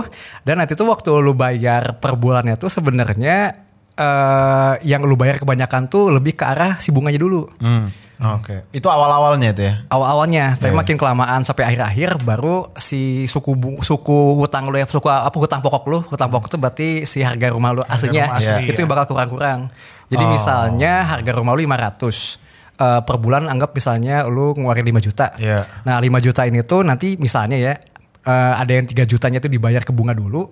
Dan nanti tuh waktu lu bayar per bulannya tuh sebenarnya eh yang lu bayar kebanyakan tuh lebih ke arah si bunganya dulu. Hmm. Oke. Itu awal-awalnya itu ya. Awal-awalnya, tapi makin kelamaan sampai akhir-akhir baru si suku bu- suku hutang lu ya, suku apa hutang pokok lu, hutang pokok itu berarti si harga rumah lu aslinya rumah asli, itu ya. bakal kurang-kurang. Jadi misalnya harga rumah lu 500 eh, per bulan anggap misalnya lu ngeluarin 5 juta. Iya. Nah 5 juta ini tuh nanti misalnya ya eh, ada yang 3 jutanya tuh dibayar ke bunga dulu.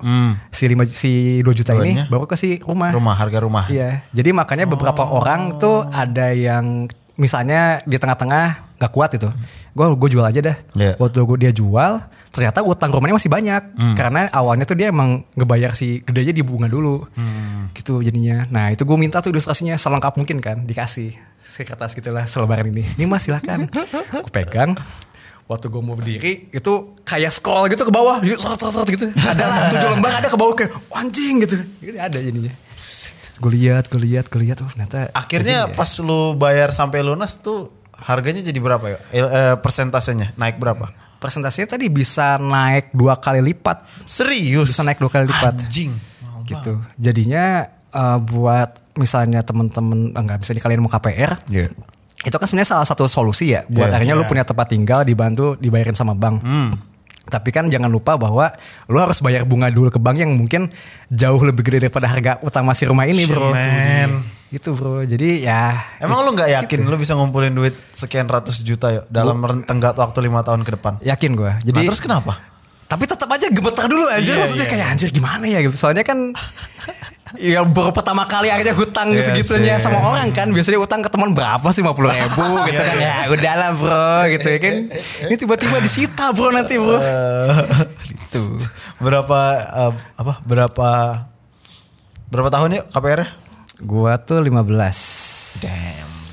Si 5 si 2 juta ini Duanya? baru ke si rumah. Rumah, harga rumah. Iya. Jadi makanya beberapa orang tuh ada yang misalnya di tengah-tengah nggak kuat itu. Gue gue jual aja dah. Iya. Waktu gue dia jual, ternyata utang rumahnya masih banyak. Karena awalnya tuh dia emang ngebayar si gedenya di bunga dulu. Gitu jadinya. Nah itu gue minta tuh ilustrasinya selengkap mungkin kan dikasih si kertas gitulah selebaran ini. Ini mas silakan. gue pegang. Waktu gue mau berdiri itu kayak scroll gitu ke bawah, jadi seret seret seret gitu. Ada lah tujuh lembar ada ke bawah kayak "Wah, anjing gitu. Jadi ada jadinya gue lihat gue lihat gue lihat oh ternyata Akhirnya iya. pas lu bayar sampai lunas tuh harganya jadi berapa ya? Eh, eh, persentasenya naik berapa? presentasinya tadi bisa naik dua kali lipat Serius? bisa naik dua kali lipat Anjing. Mau gitu jadinya eh, buat misalnya temen-temen eh, enggak misalnya kalian mau KPR Iya. itu kan sebenarnya salah satu solusi ya buat Iya, Hmm. akhirnya lu punya tempat tinggal dibantu dibayarin sama bank tapi kan jangan lupa bahwa lu harus bayar bunga dulu ke bank yang mungkin jauh lebih gede daripada harga utama si rumah ini bro Iya. Man. itu bro jadi ya Emang lu nggak yakin lu bisa ngumpulin duit sekian ratus juta yuk dalam ren- tenggat waktu lima tahun ke depan? yakin gue jadi nah terus kenapa? tapi tetap aja gemeter dulu aja Iya, maksudnya iya. kayak anjir gimana ya gitu soalnya kan ya baru pertama kali akhirnya hutang Iya segitunya sih. sama orang kan biasanya hutang ke teman berapa sih 50 ribu gitu kan ya udahlah bro gitu ya kan ini tiba-tiba disita bro nanti bro gitu Berapa eh, apa? Berapa berapa tahun yuk KPR? gua tuh 15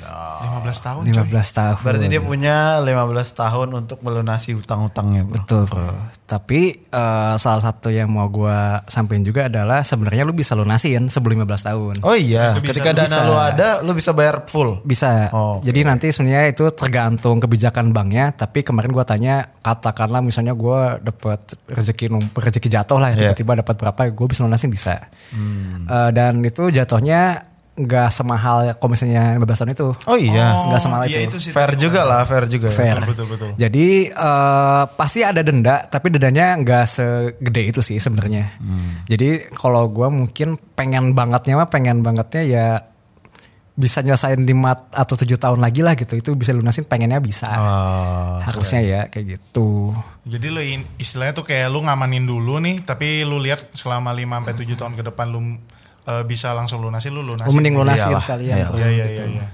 15 tahun 15 coy. tahun Berarti dia punya 15 tahun untuk melunasi hutang-hutangnya bro. Betul bro. Tapi eh, salah satu yang mau gua sampaikan juga adalah sebenarnya lu bisa lunasin sebelum 15 tahun. Oh iya, Itu bisa, ketika dana bisa. lu ada, lu bisa bayar full. bisa. Oh, Jadi nanti sebenarnya itu tergantung kebijakan banknya. Tapi kemarin gua tanya, katakanlah misalnya gua dapat rezeki num- rezeki jatuh lah, ya, Iya. Hmm. tiba-tiba dapat berapa, gue bisa lunasin bisa. Eh, dan itu jatuhnya nggak semahal komisinya 15 tahun itu. Oh iya, nggak semahal iya, itu. itu sih fair juga lah, fair juga. ya. Fair. Betul, betul. Jadi eh, pasti ada denda, tapi dendanya nggak segede itu sih sebenarnya. Hmm. Jadi kalau gua mungkin pengen bangetnya mah pengen bangetnya ya bisa nyelesain 5 atau 7 tahun lagi lah gitu. Itu bisa lunasin pengennya bisa. Ah, Harusnya ya kayak gitu. Jadi lu in- istilahnya tuh kayak lu ngamanin dulu nih, tapi lu lihat selama 5 sampai 7 tahun ke depan lu eh, bisa langsung lunasi lu lunasi. Lu Oh, mending lunasin Iyalah, sekalian. iyalah. bro. Iya iya iya iya.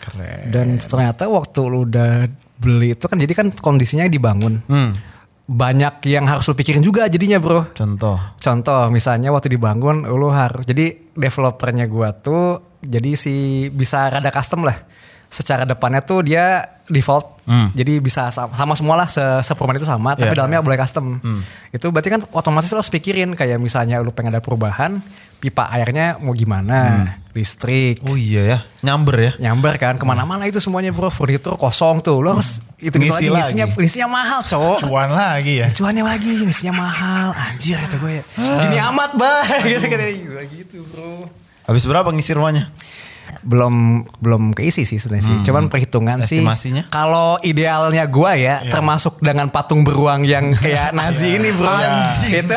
keren. Dan ternyata waktu lu udah beli itu kan jadi kan kondisinya dibangun. Banyak yang harus lu pikirin juga jadinya, Bro. Contoh. Contoh misalnya waktu dibangun lu harus jadi developernya gua tuh jadi si bisa rada custom lah. Secara depannya tuh dia default. Jadi bisa sama, sama semua lah se seperumahan itu sama tapi Iya. dalamnya boleh custom. Itu berarti kan otomatis lo harus pikirin kayak misalnya lu pengen ada perubahan pipa airnya mau gimana, listrik, Oh iya ya, nyamber ya. nyamber kan kemana-mana itu semuanya bro furnitur kosong tuh lo harus itu gitu lagi Ngisi lagi. isinya isinya mahal cowok Cuan lagi ya. cuannya lagi isinya mahal anjir kata gue gini amat bah gitu kata gue gitu bro Habis berapa ngisi rumahnya? belum belum keisi sih sebenarnya sih cuman perhitungan Estimasinya? sih kalau idealnya gue ya termasuk dengan patung beruang yang kayak Nazi ini bro Anjing. itu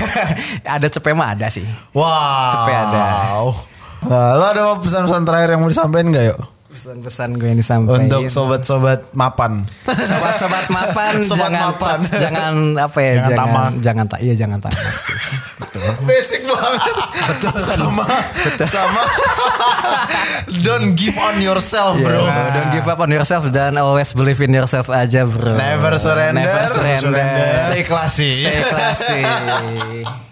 ada cepet mah ada sih Wow. Cepet ada. Nah, lo ada apa pesan-pesan terakhir yang mau disampaikan gak yuk? pesan-pesan gue yang disampaikan Untuk sobat-sobat mapan. sobat-sobat mapan Sobat jangan mapan. jangan apa ya Jangan jangan tamak. jangan tak iya jangan tamak sih Basic banget. sama sama Don't give on yourself, Iya, bro. bro. don't give up on yourself dan always believe in yourself aja bro Never surrender. never surrender Stay classy. stay classy